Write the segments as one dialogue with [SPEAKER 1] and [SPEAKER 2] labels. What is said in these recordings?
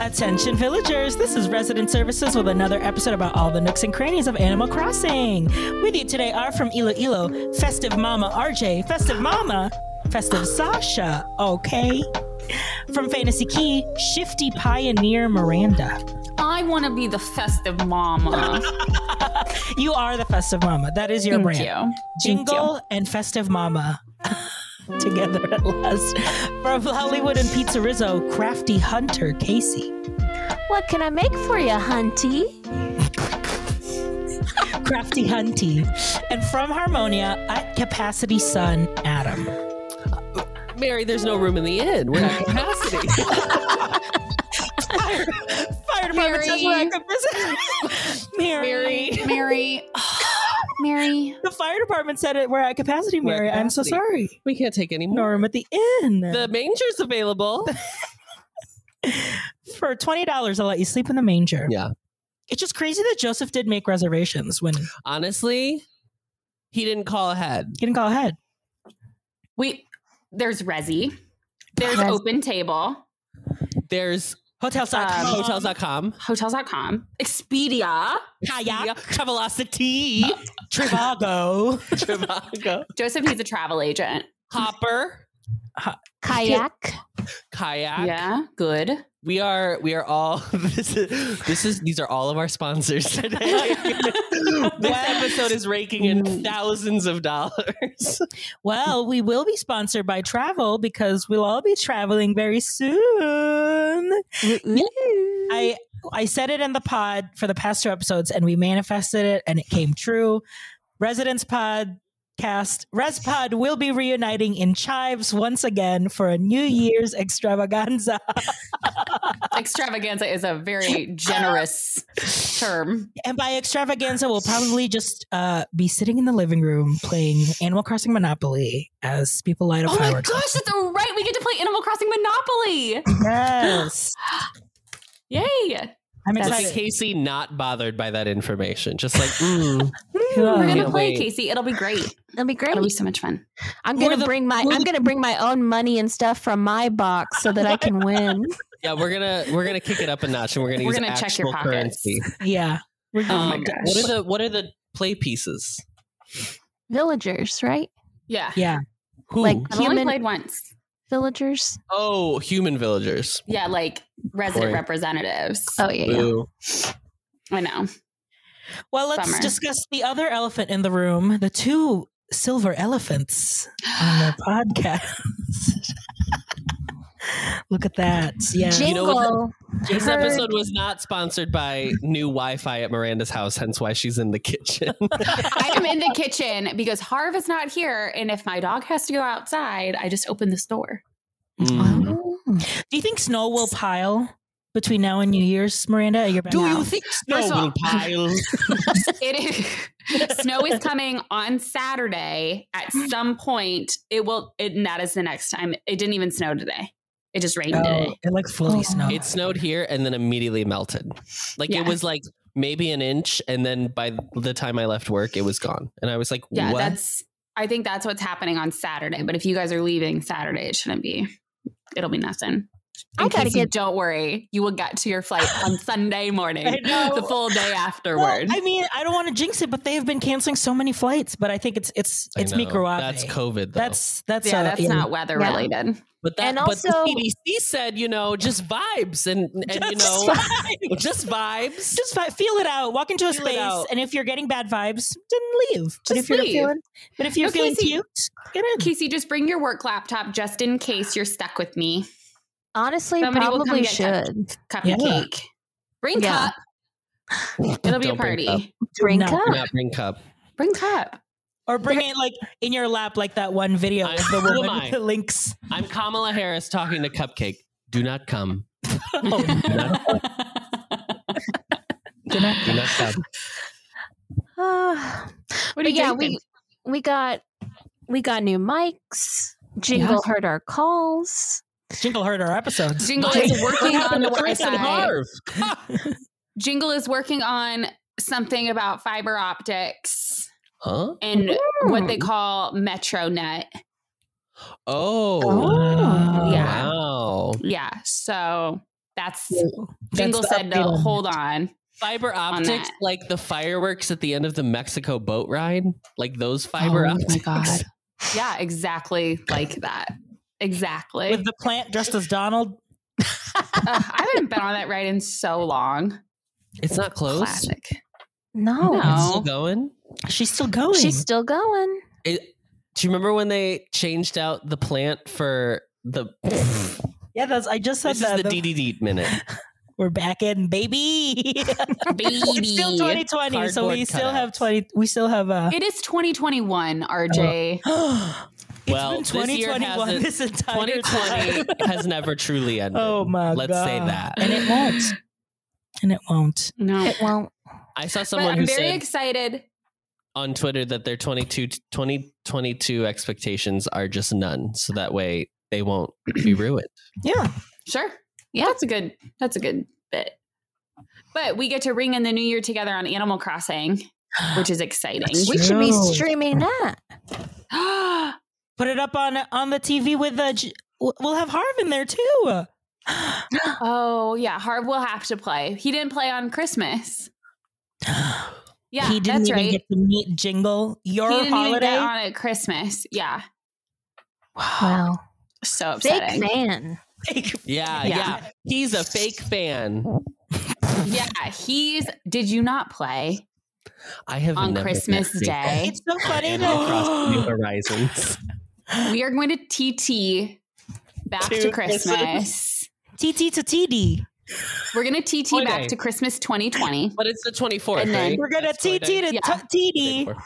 [SPEAKER 1] Attention villagers, this is Resident Services with another episode about all the nooks and crannies of Animal Crossing. With you today are from Ilo Ilo, Festive Mama RJ, Festive Mama, Festive Sasha, okay? From Fantasy Key, Shifty Pioneer Miranda.
[SPEAKER 2] I want to be the festive mama.
[SPEAKER 1] You are the Festive Mama. That is your
[SPEAKER 2] Thank
[SPEAKER 1] brand.
[SPEAKER 2] you. Thank you.
[SPEAKER 1] Jingle and Festive Mama together at last. From Hollywood and Pizza Rizzo, Crafty Hunter Casey.
[SPEAKER 3] What can I make for you, hunty?
[SPEAKER 1] Crafty Hunty, and from Harmonia at Capacity Sun, Adam.
[SPEAKER 4] Mary, there's no room in the inn. We're at capacity.
[SPEAKER 1] Fire, fire department says we're at capacity. Mary.
[SPEAKER 2] Mary. Mary.
[SPEAKER 1] The fire department said it. We're at capacity,
[SPEAKER 4] We're at
[SPEAKER 1] Mary. I'm so
[SPEAKER 4] capacity.
[SPEAKER 1] sorry.
[SPEAKER 4] we can't take any more.
[SPEAKER 1] Norm at the inn.
[SPEAKER 4] The manger's available.
[SPEAKER 1] For twenty dollars, I'll let you sleep in the manger.
[SPEAKER 4] Yeah.
[SPEAKER 1] It's just crazy that Joseph did make reservations when he
[SPEAKER 4] Honestly, he didn't call ahead.
[SPEAKER 1] didn't go ahead.
[SPEAKER 2] We there's Resi. There's
[SPEAKER 1] Res-
[SPEAKER 2] Open Table,
[SPEAKER 4] There's
[SPEAKER 1] Hotels.com.
[SPEAKER 2] Um,
[SPEAKER 4] hotels.com,
[SPEAKER 2] hotels.com, Expedia,
[SPEAKER 1] Kayak,
[SPEAKER 4] Travelocity,
[SPEAKER 1] Trivago,
[SPEAKER 4] Trivago,
[SPEAKER 2] Joseph needs a travel agent.
[SPEAKER 4] Hopper,
[SPEAKER 3] Kayak.
[SPEAKER 4] Kayak.
[SPEAKER 2] Yeah, good.
[SPEAKER 4] We are we are all this is this is these are all of our sponsors today. Mm. this episode is raking in thousands of dollars.
[SPEAKER 1] Well, we will be sponsored by travel because we'll all be traveling very soon. I I said it in the pod for the past two episodes and we manifested it and it came true. Residence Pod cast ResPod will be reuniting in Chives once again for a New Year's extravaganza.
[SPEAKER 2] Extravaganza is a very generous term.
[SPEAKER 1] And by extravaganza, we'll probably just uh, be sitting in the living room playing Animal Crossing Monopoly as people light up
[SPEAKER 2] Oh my
[SPEAKER 1] fireworks.
[SPEAKER 2] gosh, that's right. We get to play Animal Crossing Monopoly.
[SPEAKER 1] Yes.
[SPEAKER 2] Yay.
[SPEAKER 1] I'm
[SPEAKER 2] That's-
[SPEAKER 4] Look at
[SPEAKER 1] excited.
[SPEAKER 4] Casey not bothered by that information. Just like,
[SPEAKER 1] Oh,
[SPEAKER 4] mm,
[SPEAKER 2] We're gonna
[SPEAKER 4] Can't
[SPEAKER 2] play,
[SPEAKER 4] wait.
[SPEAKER 2] Casey. It'll be great.
[SPEAKER 3] That'd be great.
[SPEAKER 2] It'll be so much fun.
[SPEAKER 3] I'm
[SPEAKER 4] We're
[SPEAKER 3] gonna
[SPEAKER 4] the-
[SPEAKER 3] bring my
[SPEAKER 4] we're
[SPEAKER 3] I'm
[SPEAKER 4] the-
[SPEAKER 3] gonna bring my own money and stuff from my box so that I can win.
[SPEAKER 4] yeah, we're gonna we're gonna kick it up a notch and we're gonna
[SPEAKER 2] We're
[SPEAKER 4] use
[SPEAKER 2] gonna check your
[SPEAKER 4] actual
[SPEAKER 2] pockets.
[SPEAKER 4] currency.
[SPEAKER 1] Yeah. We're
[SPEAKER 2] Oh my
[SPEAKER 4] Um,
[SPEAKER 2] gosh.
[SPEAKER 4] What are the what are the play pieces?
[SPEAKER 3] Villagers, right?
[SPEAKER 2] Yeah.
[SPEAKER 1] Yeah.
[SPEAKER 4] Who?
[SPEAKER 3] Like-
[SPEAKER 2] I've only
[SPEAKER 3] Human-
[SPEAKER 2] played once.
[SPEAKER 3] Villagers.
[SPEAKER 4] oh, human villagers.
[SPEAKER 2] Yeah, like resident
[SPEAKER 4] Boring.
[SPEAKER 2] representatives.
[SPEAKER 3] Oh yeah, yeah.
[SPEAKER 4] Boo.
[SPEAKER 2] I know.
[SPEAKER 1] Well, let's
[SPEAKER 2] Bummer.
[SPEAKER 1] discuss the other elephant in the room, the two silver elephants on the podcast. Look at that. Yeah.
[SPEAKER 3] Jingle.
[SPEAKER 4] You know what- This episode was not sponsored by new Wi-Fi at Miranda's house, hence why she's in the kitchen.
[SPEAKER 2] I am in the kitchen because Harv is not here. And if my dog has to go outside, I just open this door.
[SPEAKER 3] Oh,
[SPEAKER 4] Mm.
[SPEAKER 1] Do you think snow will pile between now and New Year's, Miranda? You're back.
[SPEAKER 4] Do
[SPEAKER 2] No.
[SPEAKER 4] you think snow
[SPEAKER 2] First of all-
[SPEAKER 4] will pile?
[SPEAKER 2] It is snow is coming on Saturday at some point. It will it, and that is the next time. It didn't even snow today. It just rained
[SPEAKER 1] Oh,
[SPEAKER 2] today.
[SPEAKER 1] it like fully
[SPEAKER 3] Oh.
[SPEAKER 1] snowed.
[SPEAKER 4] it snowed here and then immediately melted. Like
[SPEAKER 2] Yeah.
[SPEAKER 4] it was like maybe an inch, and then by the time I left work, it was gone. And I was like,
[SPEAKER 2] Yeah,
[SPEAKER 4] "What?"
[SPEAKER 2] that's I think that's what's happening on Saturday. But if you guys are leaving Saturday, it shouldn't be. It'll be nothing.
[SPEAKER 3] I
[SPEAKER 2] In
[SPEAKER 3] gotta
[SPEAKER 2] case you
[SPEAKER 3] get-
[SPEAKER 2] don't worry. You will get to your flight on Sunday
[SPEAKER 1] I
[SPEAKER 2] morning.
[SPEAKER 1] know.
[SPEAKER 2] The full day afterward.
[SPEAKER 1] Well, I mean, I don't want to jinx it, but they have been canceling so many flights. But I think it's it's
[SPEAKER 4] I
[SPEAKER 1] it's
[SPEAKER 4] know.
[SPEAKER 1] microave.
[SPEAKER 4] That's COVID. Though.
[SPEAKER 1] That's that's
[SPEAKER 2] yeah,
[SPEAKER 1] uh,
[SPEAKER 2] that's not weather
[SPEAKER 3] Yeah.
[SPEAKER 2] related.
[SPEAKER 4] But that,
[SPEAKER 3] And
[SPEAKER 4] but
[SPEAKER 3] also-
[SPEAKER 4] the CDC said, you know, just vibes and, and you
[SPEAKER 1] Just
[SPEAKER 4] know,
[SPEAKER 1] vibes.
[SPEAKER 4] just vibes.
[SPEAKER 1] just fi- feel it out. Walk into a
[SPEAKER 4] Feel it
[SPEAKER 1] space,
[SPEAKER 4] out.
[SPEAKER 1] and if you're getting bad vibes, then leave. but
[SPEAKER 2] Just
[SPEAKER 1] if you're
[SPEAKER 2] leave.
[SPEAKER 1] feeling, but if you're
[SPEAKER 2] Okay,
[SPEAKER 1] feeling
[SPEAKER 2] so you-
[SPEAKER 1] cute, get in.
[SPEAKER 2] Casey, just bring your work laptop just in case you're stuck with me.
[SPEAKER 3] Honestly,
[SPEAKER 2] Somebody will come
[SPEAKER 3] probably
[SPEAKER 2] get that.
[SPEAKER 3] should.
[SPEAKER 2] Cup
[SPEAKER 1] Yeah.
[SPEAKER 2] and cake. Bring
[SPEAKER 3] Yeah.
[SPEAKER 2] cup. It'll be a
[SPEAKER 4] Don't bring
[SPEAKER 2] party.
[SPEAKER 4] cup.
[SPEAKER 2] Bring,
[SPEAKER 3] Drink
[SPEAKER 1] not-
[SPEAKER 3] up.
[SPEAKER 4] Do Not bring cup.
[SPEAKER 2] cup.
[SPEAKER 1] or bring it like in your lap, like that one video
[SPEAKER 4] I-
[SPEAKER 1] of the
[SPEAKER 4] who
[SPEAKER 1] woman
[SPEAKER 4] am I?
[SPEAKER 1] with the links.
[SPEAKER 4] I'm Kamala Harris talking to Cupcake. Do not come. Oh. Do not come.
[SPEAKER 3] Ah.
[SPEAKER 2] what are
[SPEAKER 3] But
[SPEAKER 2] you
[SPEAKER 3] yeah,
[SPEAKER 2] drinking?
[SPEAKER 3] we we got we got new mics. Jingle heard our calls.
[SPEAKER 1] Jingle heard our episodes.
[SPEAKER 2] Jingle
[SPEAKER 4] Mine's
[SPEAKER 2] is working on the Wi-Fi.
[SPEAKER 4] Harv.
[SPEAKER 2] Jingle is working on something about fiber optics
[SPEAKER 4] Huh?
[SPEAKER 2] and what they call MetroNet.
[SPEAKER 4] Oh.
[SPEAKER 3] Oh.
[SPEAKER 2] Yeah.
[SPEAKER 4] Wow.
[SPEAKER 2] Yeah, so That's
[SPEAKER 1] That's
[SPEAKER 2] Jingle
[SPEAKER 1] the
[SPEAKER 2] said,
[SPEAKER 1] update
[SPEAKER 2] no,
[SPEAKER 1] on
[SPEAKER 2] hold on.
[SPEAKER 4] Fiber
[SPEAKER 2] On
[SPEAKER 4] optics,
[SPEAKER 2] that.
[SPEAKER 4] like the fireworks at the end of the Mexico boat ride, like those fiber
[SPEAKER 2] oh
[SPEAKER 4] optics.
[SPEAKER 2] my God. Yeah, exactly like that. Exactly.
[SPEAKER 1] with the plant dressed as Donald.
[SPEAKER 2] Ugh, I haven't been on that ride in so long.
[SPEAKER 4] It's not closed.
[SPEAKER 2] Classic.
[SPEAKER 3] No,
[SPEAKER 4] It's
[SPEAKER 2] No.
[SPEAKER 4] still going.
[SPEAKER 1] She's still going.
[SPEAKER 3] she's still going.
[SPEAKER 4] It, do you remember when they changed out the plant for the? This
[SPEAKER 1] yeah, that's. I just said
[SPEAKER 4] is
[SPEAKER 1] that.
[SPEAKER 4] the DDD minute.
[SPEAKER 1] We're back in, baby.
[SPEAKER 2] Baby.
[SPEAKER 1] it's still 2020, so we
[SPEAKER 4] Cardboard
[SPEAKER 1] still have
[SPEAKER 4] cutouts.
[SPEAKER 1] 20. We still have uh,
[SPEAKER 2] It is 2021, RJ.
[SPEAKER 1] Oh. It's
[SPEAKER 4] Well,
[SPEAKER 1] been
[SPEAKER 4] this year
[SPEAKER 1] 2021
[SPEAKER 4] hasn't-
[SPEAKER 1] this, entire time.
[SPEAKER 4] 2020 has never truly ended.
[SPEAKER 1] Oh my
[SPEAKER 4] Let's
[SPEAKER 1] god!
[SPEAKER 4] say that.
[SPEAKER 1] and it won't, and it won't.
[SPEAKER 2] No.
[SPEAKER 3] It won't.
[SPEAKER 4] I saw
[SPEAKER 2] But
[SPEAKER 4] someone
[SPEAKER 2] I'm
[SPEAKER 4] who
[SPEAKER 2] very
[SPEAKER 4] said
[SPEAKER 2] excited.
[SPEAKER 4] on Twitter that their 22, 2022 expectations are just none, so that way they won't be ruined.
[SPEAKER 1] Yeah,
[SPEAKER 2] Sure. Yeah. That's a good that's a good bit. But we get to ring in the new year together on Animal Crossing, which is exciting.
[SPEAKER 1] That's
[SPEAKER 3] We should be
[SPEAKER 1] True.
[SPEAKER 3] streaming that.
[SPEAKER 1] put it up on on the TV with the. J- We'll have Harv in there too.
[SPEAKER 2] oh yeah, Harv will have to play. He didn't play on Christmas. Yeah,
[SPEAKER 1] he didn't
[SPEAKER 2] that's
[SPEAKER 1] even
[SPEAKER 2] right.
[SPEAKER 1] get to meet Jingle. Your
[SPEAKER 2] he didn't even
[SPEAKER 1] holiday.
[SPEAKER 2] get on at Christmas. Yeah.
[SPEAKER 3] Wow.
[SPEAKER 2] So
[SPEAKER 3] Big
[SPEAKER 2] upsetting.
[SPEAKER 3] fan.
[SPEAKER 4] Yeah,
[SPEAKER 2] Yeah.
[SPEAKER 4] yeah, He's a fake fan.
[SPEAKER 2] Yeah, he's did you not play?
[SPEAKER 4] I have
[SPEAKER 2] On
[SPEAKER 4] never met
[SPEAKER 2] Christmas
[SPEAKER 4] fake
[SPEAKER 2] Day.
[SPEAKER 1] it's so funny.
[SPEAKER 4] Animal Crossing New
[SPEAKER 1] that-
[SPEAKER 4] Horizons.
[SPEAKER 2] We are going to TT back
[SPEAKER 4] To
[SPEAKER 2] to Christmas.
[SPEAKER 1] TT to TD.
[SPEAKER 2] We're going to TT
[SPEAKER 4] Holiday.
[SPEAKER 2] back to Christmas 2020.
[SPEAKER 4] But it's the 24th,
[SPEAKER 2] And then-
[SPEAKER 4] right?
[SPEAKER 1] We're gonna
[SPEAKER 4] That's what
[SPEAKER 1] TT to t-
[SPEAKER 2] Yeah.
[SPEAKER 4] I did
[SPEAKER 1] TD
[SPEAKER 4] for.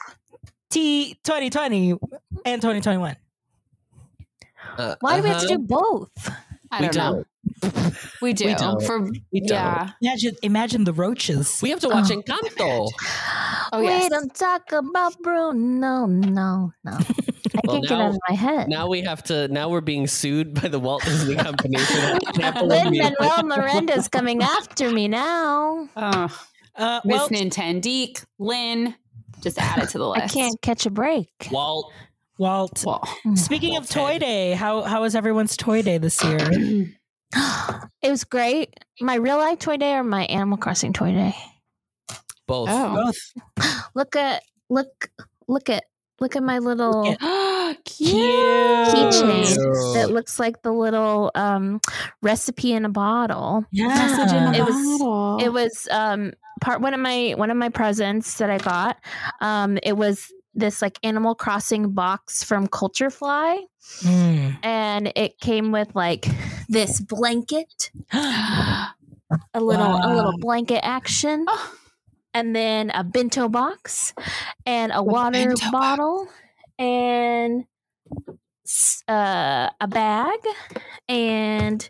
[SPEAKER 1] T 2020 and 2021.
[SPEAKER 4] Uh,
[SPEAKER 3] Why do we have to
[SPEAKER 4] uh-huh.
[SPEAKER 3] do both?
[SPEAKER 2] I
[SPEAKER 4] We
[SPEAKER 2] don't know.
[SPEAKER 4] don't.
[SPEAKER 2] We do.
[SPEAKER 4] We don't.
[SPEAKER 2] For
[SPEAKER 4] We don't.
[SPEAKER 2] yeah.
[SPEAKER 1] Imagine, imagine the roaches.
[SPEAKER 4] We have to watch
[SPEAKER 3] Oh.
[SPEAKER 4] Encanto.
[SPEAKER 2] Oh,
[SPEAKER 3] we
[SPEAKER 2] yes.
[SPEAKER 3] don't talk about Bruno. No, no, no. I
[SPEAKER 4] Well,
[SPEAKER 3] can't get out
[SPEAKER 4] now-
[SPEAKER 3] of my head.
[SPEAKER 4] Now we have to. Now we're being sued by the Walt Disney Company for that pineapple
[SPEAKER 3] Lin
[SPEAKER 4] in the-
[SPEAKER 3] Manuel Miranda's coming after me now.
[SPEAKER 2] Oh,
[SPEAKER 1] Uh,
[SPEAKER 2] Miss
[SPEAKER 1] well,
[SPEAKER 2] Nintendique, Lynn, just add it to the list.
[SPEAKER 3] I can't catch a break.
[SPEAKER 4] Walt.
[SPEAKER 1] Walt.
[SPEAKER 2] Well,
[SPEAKER 1] Speaking of
[SPEAKER 4] Walt's
[SPEAKER 1] Toy
[SPEAKER 4] head.
[SPEAKER 1] Day, how how was everyone's Toy Day this year?
[SPEAKER 3] it was great. My real life toy day or my Animal Crossing toy day?
[SPEAKER 4] Both.
[SPEAKER 2] oh.
[SPEAKER 3] Look at look look at look at my little
[SPEAKER 1] Look
[SPEAKER 2] Cute.
[SPEAKER 3] keychain
[SPEAKER 4] Cute.
[SPEAKER 3] that looks like the little um, recipe in a bottle.
[SPEAKER 2] Message in a
[SPEAKER 3] It was-
[SPEAKER 2] bottle.
[SPEAKER 3] It was um, part one of my one of my presents that I got. Um, it was this like Animal Crossing box from Culture Fly.
[SPEAKER 1] Mm.
[SPEAKER 3] and it came with like this blanket, a little a
[SPEAKER 1] Wow.
[SPEAKER 3] little blanket action,
[SPEAKER 2] Oh,
[SPEAKER 3] and then a bento box, and a water
[SPEAKER 2] bento box.
[SPEAKER 3] bottle, and s- uh, a bag, and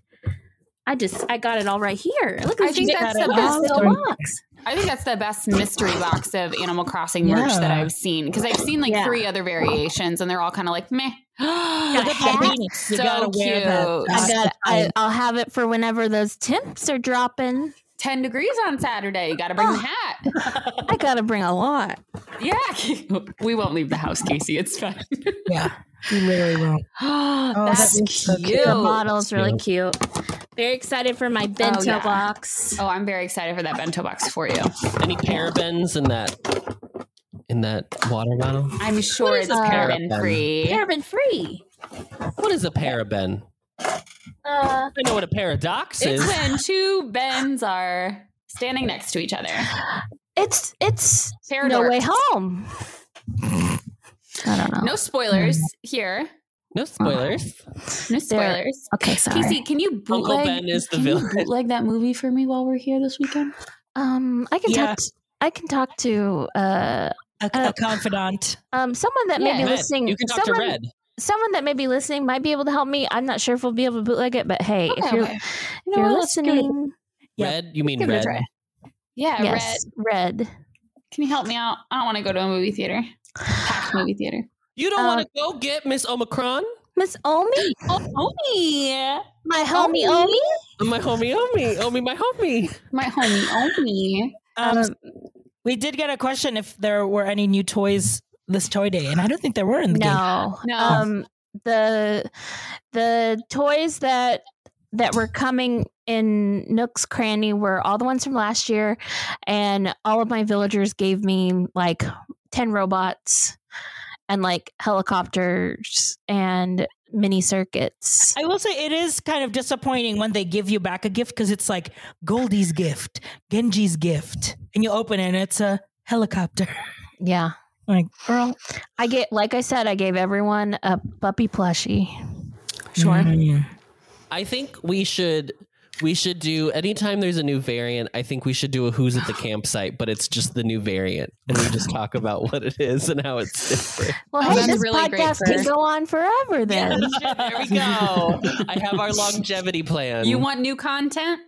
[SPEAKER 3] I just I got it all right here. Look,
[SPEAKER 2] I
[SPEAKER 3] it's
[SPEAKER 2] think
[SPEAKER 3] just
[SPEAKER 2] that's
[SPEAKER 3] a
[SPEAKER 2] the
[SPEAKER 3] best
[SPEAKER 2] best
[SPEAKER 3] little
[SPEAKER 1] one.
[SPEAKER 3] box.
[SPEAKER 2] I think that's the best mystery box of Animal Crossing merch
[SPEAKER 1] Yeah.
[SPEAKER 2] that I've seen because I've seen like
[SPEAKER 3] Yeah.
[SPEAKER 2] three other variariations and they're all kind of like meh.
[SPEAKER 1] Look at that
[SPEAKER 3] hat.
[SPEAKER 1] Venus. You
[SPEAKER 2] So
[SPEAKER 1] gotta wear that.
[SPEAKER 2] cute.
[SPEAKER 1] That's
[SPEAKER 3] I
[SPEAKER 1] the
[SPEAKER 3] got. I,
[SPEAKER 1] time.
[SPEAKER 3] I'll have it for whenever those temps are dropping.
[SPEAKER 2] 10 degrees on Saturday. You got to bring the hat.
[SPEAKER 3] I gotta bring a lot.
[SPEAKER 2] Yeah, we won't leave the house, Casey. It's fine.
[SPEAKER 1] yeah, you literally won't.
[SPEAKER 2] that's
[SPEAKER 1] that
[SPEAKER 2] cute.
[SPEAKER 1] is so cute.
[SPEAKER 3] The model's really cute. Very excited for my bento
[SPEAKER 2] Oh, yeah.
[SPEAKER 3] box.
[SPEAKER 2] Oh, I'm very excited for that bento box for you.
[SPEAKER 4] Any parabens in that? In that water bottle?
[SPEAKER 2] I'm sure
[SPEAKER 3] What
[SPEAKER 2] it's
[SPEAKER 3] is a-
[SPEAKER 2] paraben free.
[SPEAKER 3] Paraben free.
[SPEAKER 4] What is a paraben?
[SPEAKER 3] Uh,
[SPEAKER 4] I know what a paradox
[SPEAKER 2] It's
[SPEAKER 4] is.
[SPEAKER 2] when two bends are standing next to each other.
[SPEAKER 3] it's it's
[SPEAKER 2] Parador.
[SPEAKER 3] no way home. I don't know.
[SPEAKER 2] No spoilers here.
[SPEAKER 4] No spoilers.
[SPEAKER 2] No spoilers.
[SPEAKER 3] Okay, sorry.
[SPEAKER 2] Casey, can you
[SPEAKER 4] Uncle
[SPEAKER 2] bootleg?
[SPEAKER 4] Ben is the
[SPEAKER 2] can you
[SPEAKER 4] villain.
[SPEAKER 2] bootleg that movie for me while we're here this weekend?
[SPEAKER 3] Um, I can
[SPEAKER 1] Yeah.
[SPEAKER 3] talk. To, I can talk to uh
[SPEAKER 1] A, a confidant.
[SPEAKER 3] um someone that
[SPEAKER 2] Yeah.
[SPEAKER 3] may be
[SPEAKER 4] Red.
[SPEAKER 3] listening.
[SPEAKER 4] You can talk
[SPEAKER 3] someone,
[SPEAKER 4] to Red.
[SPEAKER 3] someone that may be listening might be able to help me. I'm not sure if we'll be able to bootleg it, but hey, if you're if
[SPEAKER 2] You know
[SPEAKER 3] you're
[SPEAKER 2] what, let's give it a-
[SPEAKER 3] listening,
[SPEAKER 1] Yeah.
[SPEAKER 4] Red? You mean
[SPEAKER 2] give it a
[SPEAKER 4] red?
[SPEAKER 2] try. Yeah, Red.
[SPEAKER 3] yes, red.
[SPEAKER 2] Can you help me out? I don't want to go to a movie theater. Packed movie theater.
[SPEAKER 4] You don't
[SPEAKER 3] Um,
[SPEAKER 4] want to
[SPEAKER 2] Uh,
[SPEAKER 4] go get Miss Omicron?
[SPEAKER 3] Miss Omi,
[SPEAKER 2] Oh, homie.
[SPEAKER 3] my homie Omi.
[SPEAKER 4] My homie Omi. Omi, my homie.
[SPEAKER 2] My homie, homie.
[SPEAKER 1] Um,
[SPEAKER 3] Um,
[SPEAKER 1] we did get a question if there were any new toys this Toy Day, and I don't think there were in the game.
[SPEAKER 3] No,
[SPEAKER 2] No.
[SPEAKER 3] Um, the the Um, toys that that were coming in Nook's Cranny were all the ones from last year, and all of my villagers gave me like 10 robots and like helicopters and mini circuits.
[SPEAKER 1] I will say it is kind of disappointing when they give you back a gift because it's like Goldie's gift, Genji's gift, and you open it and it's a helicopter.
[SPEAKER 3] Yeah.
[SPEAKER 1] Like, girl,
[SPEAKER 3] I get, like I said, I gave everyone a puppy plushie.
[SPEAKER 1] mm,
[SPEAKER 4] I think we should we should do anytime there's a new variant. I think we should do a who's at the campsite, but it's just the new variant, and we just talk about what it is and how it's different.
[SPEAKER 3] Well,
[SPEAKER 2] Oh,
[SPEAKER 3] hey,
[SPEAKER 2] that's
[SPEAKER 3] this
[SPEAKER 2] really great
[SPEAKER 3] podcast can
[SPEAKER 2] for-
[SPEAKER 3] go on forever then.
[SPEAKER 4] there we go. I have our longevity plan.
[SPEAKER 2] You want new content?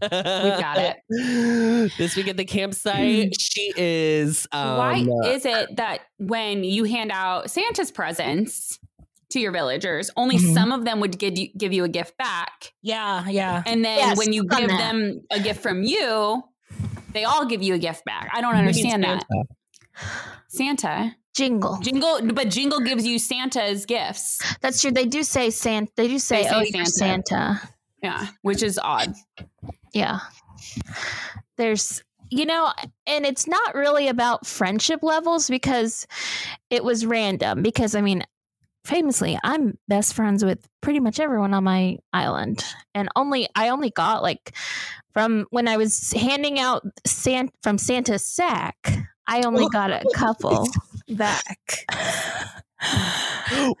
[SPEAKER 2] We got it.
[SPEAKER 4] This week at the campsite, she is. Um,
[SPEAKER 2] Why is it that when you hand out Santa's presents to your villagers, only
[SPEAKER 1] Mhm.
[SPEAKER 2] some of them would give you, give you a gift back?
[SPEAKER 1] yeah, yeah.
[SPEAKER 2] And then
[SPEAKER 3] Yes,
[SPEAKER 2] when you
[SPEAKER 3] done
[SPEAKER 2] give
[SPEAKER 3] that.
[SPEAKER 2] them a gift from you, they all give you a gift back. I don't understand that. Santa.
[SPEAKER 3] Jingle.
[SPEAKER 2] Jingle, but Jingle gives you Santa's gifts.
[SPEAKER 3] That's true. They do say Santa. They do say,
[SPEAKER 2] They say
[SPEAKER 3] oh, you're
[SPEAKER 2] Santa.
[SPEAKER 3] Santa.
[SPEAKER 2] Yeah, which is odd.
[SPEAKER 3] Yeah. There's, you know, and it's not really about friendship levels because it was random. Because, I mean, famously, I'm best friends with pretty much everyone on my island. And only, I only got like from when I was handing out San- from Santa's sack, I only got a couple back.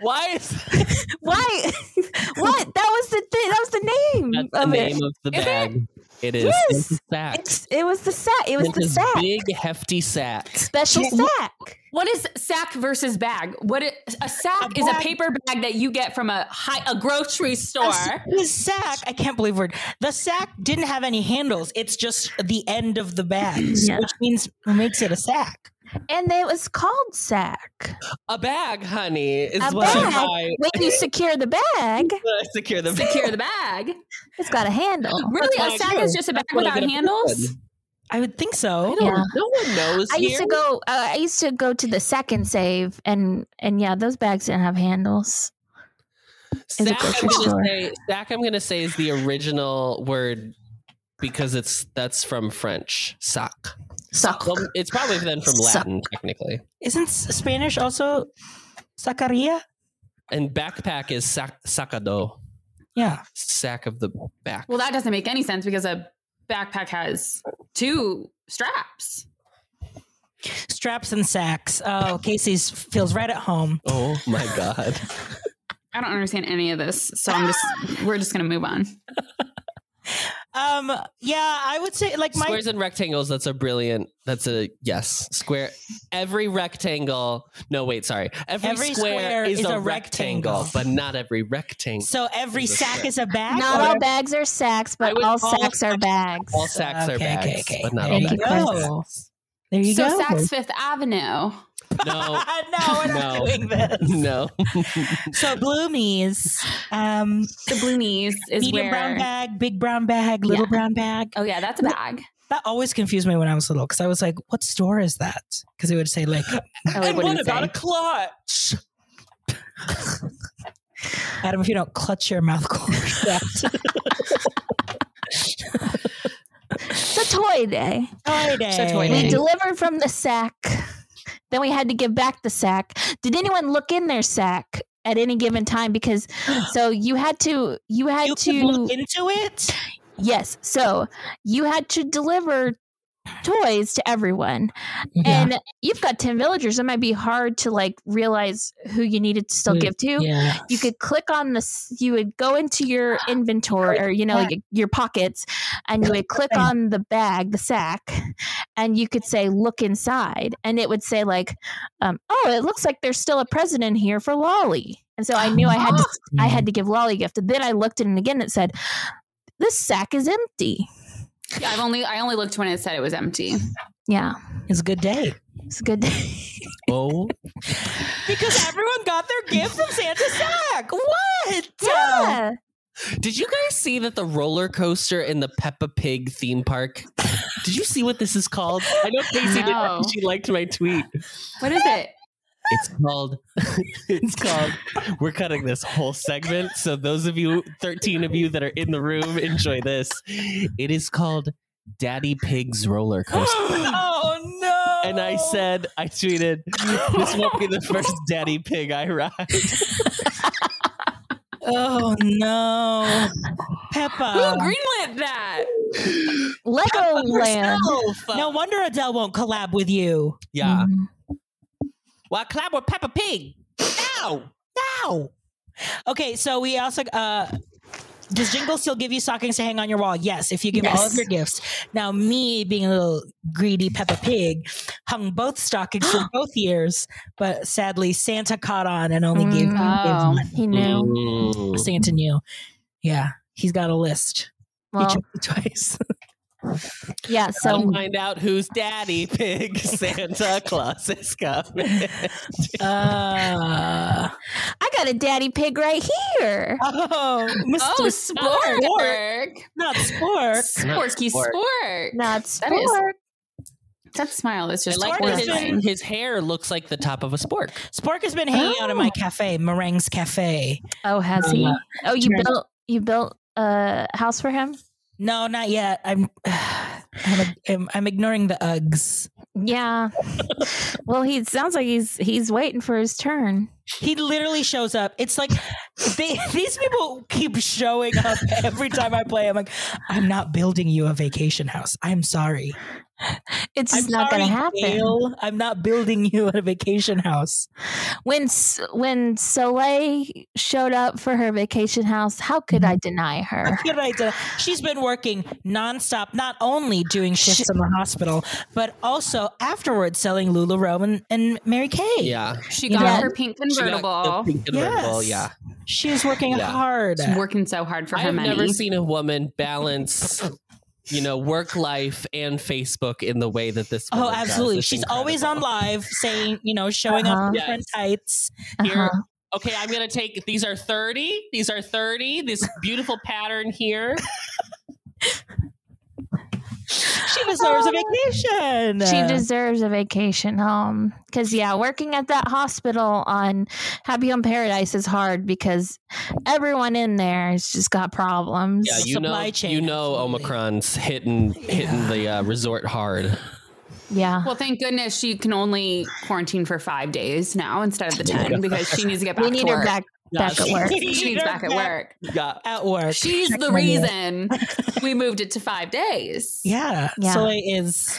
[SPEAKER 4] Why is
[SPEAKER 3] Why? what? That was the thing. That was the name
[SPEAKER 4] that's the
[SPEAKER 3] of it.
[SPEAKER 4] name of the
[SPEAKER 2] Is it?
[SPEAKER 4] bag? It is.
[SPEAKER 3] Yes.
[SPEAKER 4] Santa's sack.
[SPEAKER 3] It's, it was the sack. It was the
[SPEAKER 4] Santa's
[SPEAKER 3] sack.
[SPEAKER 4] Big hefty sack.
[SPEAKER 3] Special
[SPEAKER 1] Yeah.
[SPEAKER 3] sack.
[SPEAKER 2] What is sack versus bag? What it, a sack
[SPEAKER 1] A
[SPEAKER 2] is a
[SPEAKER 1] bag-
[SPEAKER 2] paper bag that you get from a high a grocery store.
[SPEAKER 1] The sack, I can't believe word. The sack didn't have any handles. It's just the end of the bags,
[SPEAKER 3] Yeah.
[SPEAKER 1] which means it makes it a sack.
[SPEAKER 3] And it was called sack.
[SPEAKER 4] A bag, honey, is
[SPEAKER 3] A
[SPEAKER 4] what
[SPEAKER 3] bag.
[SPEAKER 4] I
[SPEAKER 3] When you secure the bag,
[SPEAKER 4] secure the bag.
[SPEAKER 2] Secure the bag.
[SPEAKER 3] it's got a handle.
[SPEAKER 2] Really,
[SPEAKER 4] why I
[SPEAKER 2] a sack
[SPEAKER 4] do.
[SPEAKER 2] is just a bag
[SPEAKER 4] That's what I
[SPEAKER 2] without
[SPEAKER 4] get a
[SPEAKER 2] handles.
[SPEAKER 4] present.
[SPEAKER 1] I would think so.
[SPEAKER 3] don't- Yeah.
[SPEAKER 4] No one knows.
[SPEAKER 3] I used
[SPEAKER 4] here.
[SPEAKER 3] to go. Uh, I used to go to the second save, and and yeah, those bags didn't have handles. a
[SPEAKER 4] Sack, I'm
[SPEAKER 3] grocery
[SPEAKER 4] gonna
[SPEAKER 3] store.
[SPEAKER 4] say, sack, I'm gonna say is the original word because it's that's from French. Sac.
[SPEAKER 3] Suck.
[SPEAKER 4] Well, it's probably then from
[SPEAKER 3] Sac.
[SPEAKER 4] Latin, technically.
[SPEAKER 1] Isn't S- Spanish also sacaria?
[SPEAKER 4] And backpack is sac sacado,
[SPEAKER 1] Yeah.
[SPEAKER 4] sack of the back.
[SPEAKER 2] Well, that doesn't make any sense because a backpack has two straps.
[SPEAKER 1] Straps and sacks. Oh, Casey's feels right at home.
[SPEAKER 4] oh my god.
[SPEAKER 2] I don't understand any of this, so I'm just we're just gonna move on.
[SPEAKER 1] Um, yeah, I would say like my
[SPEAKER 4] Squares and rectangles. That's a brilliant. That's a yes. Square. Every rectangle. No, wait. Sorry. Every,
[SPEAKER 1] Every
[SPEAKER 4] square,
[SPEAKER 1] square
[SPEAKER 4] is,
[SPEAKER 1] is
[SPEAKER 4] a
[SPEAKER 1] a
[SPEAKER 4] rectangle,
[SPEAKER 1] rectangle.
[SPEAKER 4] but not every rectangle.
[SPEAKER 1] so every
[SPEAKER 4] Is a
[SPEAKER 1] sack
[SPEAKER 4] sack.
[SPEAKER 1] is a bag.
[SPEAKER 3] Not
[SPEAKER 1] or-
[SPEAKER 3] all bags are sacks,
[SPEAKER 4] I
[SPEAKER 3] but
[SPEAKER 4] would-
[SPEAKER 3] all
[SPEAKER 4] all
[SPEAKER 3] sacks are bags.
[SPEAKER 4] all sacks are
[SPEAKER 1] Okay,
[SPEAKER 4] bags,
[SPEAKER 1] okay, okay.
[SPEAKER 4] but not
[SPEAKER 1] there
[SPEAKER 4] all
[SPEAKER 1] you
[SPEAKER 4] bags.
[SPEAKER 1] go. There you
[SPEAKER 2] so
[SPEAKER 1] go.
[SPEAKER 2] Saks Fifth Avenue.
[SPEAKER 4] No.
[SPEAKER 1] no, we're not
[SPEAKER 4] No.
[SPEAKER 1] doing this.
[SPEAKER 4] No.
[SPEAKER 1] So bloomies, um,
[SPEAKER 2] The Bloomies is
[SPEAKER 1] medium
[SPEAKER 2] where.
[SPEAKER 1] brown bag, big brown bag, little
[SPEAKER 3] Yeah.
[SPEAKER 1] brown bag.
[SPEAKER 2] Oh yeah, that's a bag.
[SPEAKER 1] That always confused me when I was little because I was like, "What store is that?" Because it would say like,
[SPEAKER 2] Oh, it wouldn't say.
[SPEAKER 4] clutch?
[SPEAKER 1] "Adam, if you don't clutch your mouth cord."
[SPEAKER 3] It's a toy day.
[SPEAKER 1] Toy day.
[SPEAKER 4] toy
[SPEAKER 3] We
[SPEAKER 4] day.
[SPEAKER 3] delivered from the sack. Then we had to give back the sack. Did anyone look in their sack at any given time? Because so you had to, you had
[SPEAKER 1] You
[SPEAKER 3] to,
[SPEAKER 1] can look into it.
[SPEAKER 3] yes. So you had to deliver toys to everyone, and you've got ten villagers. It might be hard to like realize who you needed to still
[SPEAKER 1] Who-
[SPEAKER 3] give to.
[SPEAKER 1] yeah.
[SPEAKER 3] You could click on this. You would go into your inventory or you know like your pockets, and you would click on the bag, the sack, and you could say look inside, and it would say like, um, oh, it looks like there's still a present in here for Lolly, and so I knew I had to, I had to give Lolly a gift. And then I looked at it again, and it said. This sack is empty.
[SPEAKER 2] Yeah, I've only I only looked when it said it was empty.
[SPEAKER 3] Yeah,
[SPEAKER 1] It's a good day
[SPEAKER 3] it's a good day.
[SPEAKER 4] Oh,
[SPEAKER 1] because everyone got their gift from Santa sack. What?
[SPEAKER 3] Yeah.
[SPEAKER 4] did you guys see that the roller coaster in the Peppa Pig theme park? did you see what this is called? I know Casey did.
[SPEAKER 2] No.
[SPEAKER 4] She liked my tweet.
[SPEAKER 2] What is it?
[SPEAKER 4] It's called. it's called. We're cutting this whole segment. So those of you, thirteen of you that are in the room, enjoy this. It is called Daddy Pig's roller coaster.
[SPEAKER 1] oh no!
[SPEAKER 4] And I said, I tweeted, this won't be the first Daddy Pig I ride.
[SPEAKER 1] "Oh no, Peppa."
[SPEAKER 2] Who greenlit that?
[SPEAKER 3] Legoland.
[SPEAKER 1] No wonder Adele won't collab with you.
[SPEAKER 4] Yeah.
[SPEAKER 3] Mm.
[SPEAKER 4] Well, I collab with Peppa Pig. No.
[SPEAKER 1] Ow. Okay, so we also uh does Jingle still give you stockings to hang on your wall? Yes, if you give all of
[SPEAKER 3] Yes.
[SPEAKER 1] your gifts. Now, me being a little greedy Peppa Pig, hung both stockings for both years, but sadly Santa caught on and only gave, gave
[SPEAKER 2] Oh.
[SPEAKER 1] one.
[SPEAKER 3] He knew.
[SPEAKER 4] Mm.
[SPEAKER 1] Santa knew. Yeah, he's got a list. he
[SPEAKER 3] Well,
[SPEAKER 1] checked it twice.
[SPEAKER 3] yeah.
[SPEAKER 4] So
[SPEAKER 3] So
[SPEAKER 4] find out who's Daddy Pig. Santa Claus is coming.
[SPEAKER 1] Uh,
[SPEAKER 3] I got a daddy pig right here.
[SPEAKER 1] oh, Mr.
[SPEAKER 2] Oh, spork.
[SPEAKER 1] Not sport.
[SPEAKER 2] Sporky
[SPEAKER 4] Spork.
[SPEAKER 2] spork.
[SPEAKER 3] Not
[SPEAKER 2] That is-
[SPEAKER 3] spork.
[SPEAKER 2] That smile is
[SPEAKER 4] I
[SPEAKER 2] just like
[SPEAKER 4] like that
[SPEAKER 1] Spork is
[SPEAKER 4] his,
[SPEAKER 2] horrifying.
[SPEAKER 4] his hair looks like the top of a spork.
[SPEAKER 1] Spork has been hanging out in my
[SPEAKER 2] Oh.
[SPEAKER 1] cafe, Meringues Cafe.
[SPEAKER 3] Oh, has he?
[SPEAKER 1] Um,
[SPEAKER 3] Oh, you
[SPEAKER 1] Sure.
[SPEAKER 3] built you built a house for him?
[SPEAKER 1] No, not yet. I'm I'm, I'm, I'm ignoring the Uggs.
[SPEAKER 3] Yeah. well, he sounds like he's he's waiting for his turn.
[SPEAKER 1] He literally shows up. It's like they, these people keep showing up every time I play. I'm like, I'm not building you a vacation house. I'm sorry.
[SPEAKER 3] It's
[SPEAKER 1] I'm
[SPEAKER 3] just not going to
[SPEAKER 1] sorry,
[SPEAKER 3] happen.
[SPEAKER 1] Gail. I'm not building you a vacation house.
[SPEAKER 3] When S- when Soleil showed up for her vacation house, how could I deny her?
[SPEAKER 1] Good idea. She's been working nonstop, not only doing shifts in the hospital, but also afterwards selling Lululemon and, and Mary Kay.
[SPEAKER 4] Yeah.
[SPEAKER 2] She
[SPEAKER 1] You
[SPEAKER 2] got
[SPEAKER 3] know-
[SPEAKER 2] her pink
[SPEAKER 4] She got the
[SPEAKER 2] convertible.
[SPEAKER 4] pink convertible,
[SPEAKER 1] Yes.
[SPEAKER 4] Yeah.
[SPEAKER 1] She is working
[SPEAKER 4] Yeah.
[SPEAKER 1] hard.
[SPEAKER 2] She's working so hard for her
[SPEAKER 4] I've
[SPEAKER 2] money.
[SPEAKER 4] never seen a woman balance, you know, work life and Facebook in the way that this.
[SPEAKER 1] Oh,
[SPEAKER 4] woman does.
[SPEAKER 1] absolutely.
[SPEAKER 4] It's
[SPEAKER 1] She's
[SPEAKER 4] incredible.
[SPEAKER 1] always on live saying, you know, showing
[SPEAKER 3] Uh-huh.
[SPEAKER 1] off different heights.
[SPEAKER 4] Here,
[SPEAKER 3] Uh-huh.
[SPEAKER 4] okay, I'm gonna take these are 30. These are 30. This beautiful pattern here.
[SPEAKER 1] She deserves a vacation.
[SPEAKER 3] She deserves a vacation home because yeah, working at that hospital on Happy on Paradise is hard because everyone in there has just got problems.
[SPEAKER 4] Yeah, you
[SPEAKER 1] Supply
[SPEAKER 4] know,
[SPEAKER 1] chain,
[SPEAKER 4] you know,
[SPEAKER 1] absolutely.
[SPEAKER 4] Omicron's hitting hitting the uh, resort hard.
[SPEAKER 3] yeah.
[SPEAKER 2] Well, thank goodness she can only quarantine for five days now instead of the ten because she needs to get back.
[SPEAKER 3] we need
[SPEAKER 2] to
[SPEAKER 3] her
[SPEAKER 2] work.
[SPEAKER 3] back back
[SPEAKER 4] Yeah,
[SPEAKER 3] at work.
[SPEAKER 1] she-
[SPEAKER 2] She needs
[SPEAKER 1] Her
[SPEAKER 2] back at
[SPEAKER 1] back.
[SPEAKER 2] work.
[SPEAKER 4] Yeah,
[SPEAKER 1] at work.
[SPEAKER 2] She's the
[SPEAKER 1] my list.
[SPEAKER 2] reason we moved it to five days.
[SPEAKER 1] yeah.
[SPEAKER 3] Yeah.
[SPEAKER 1] Soleil is.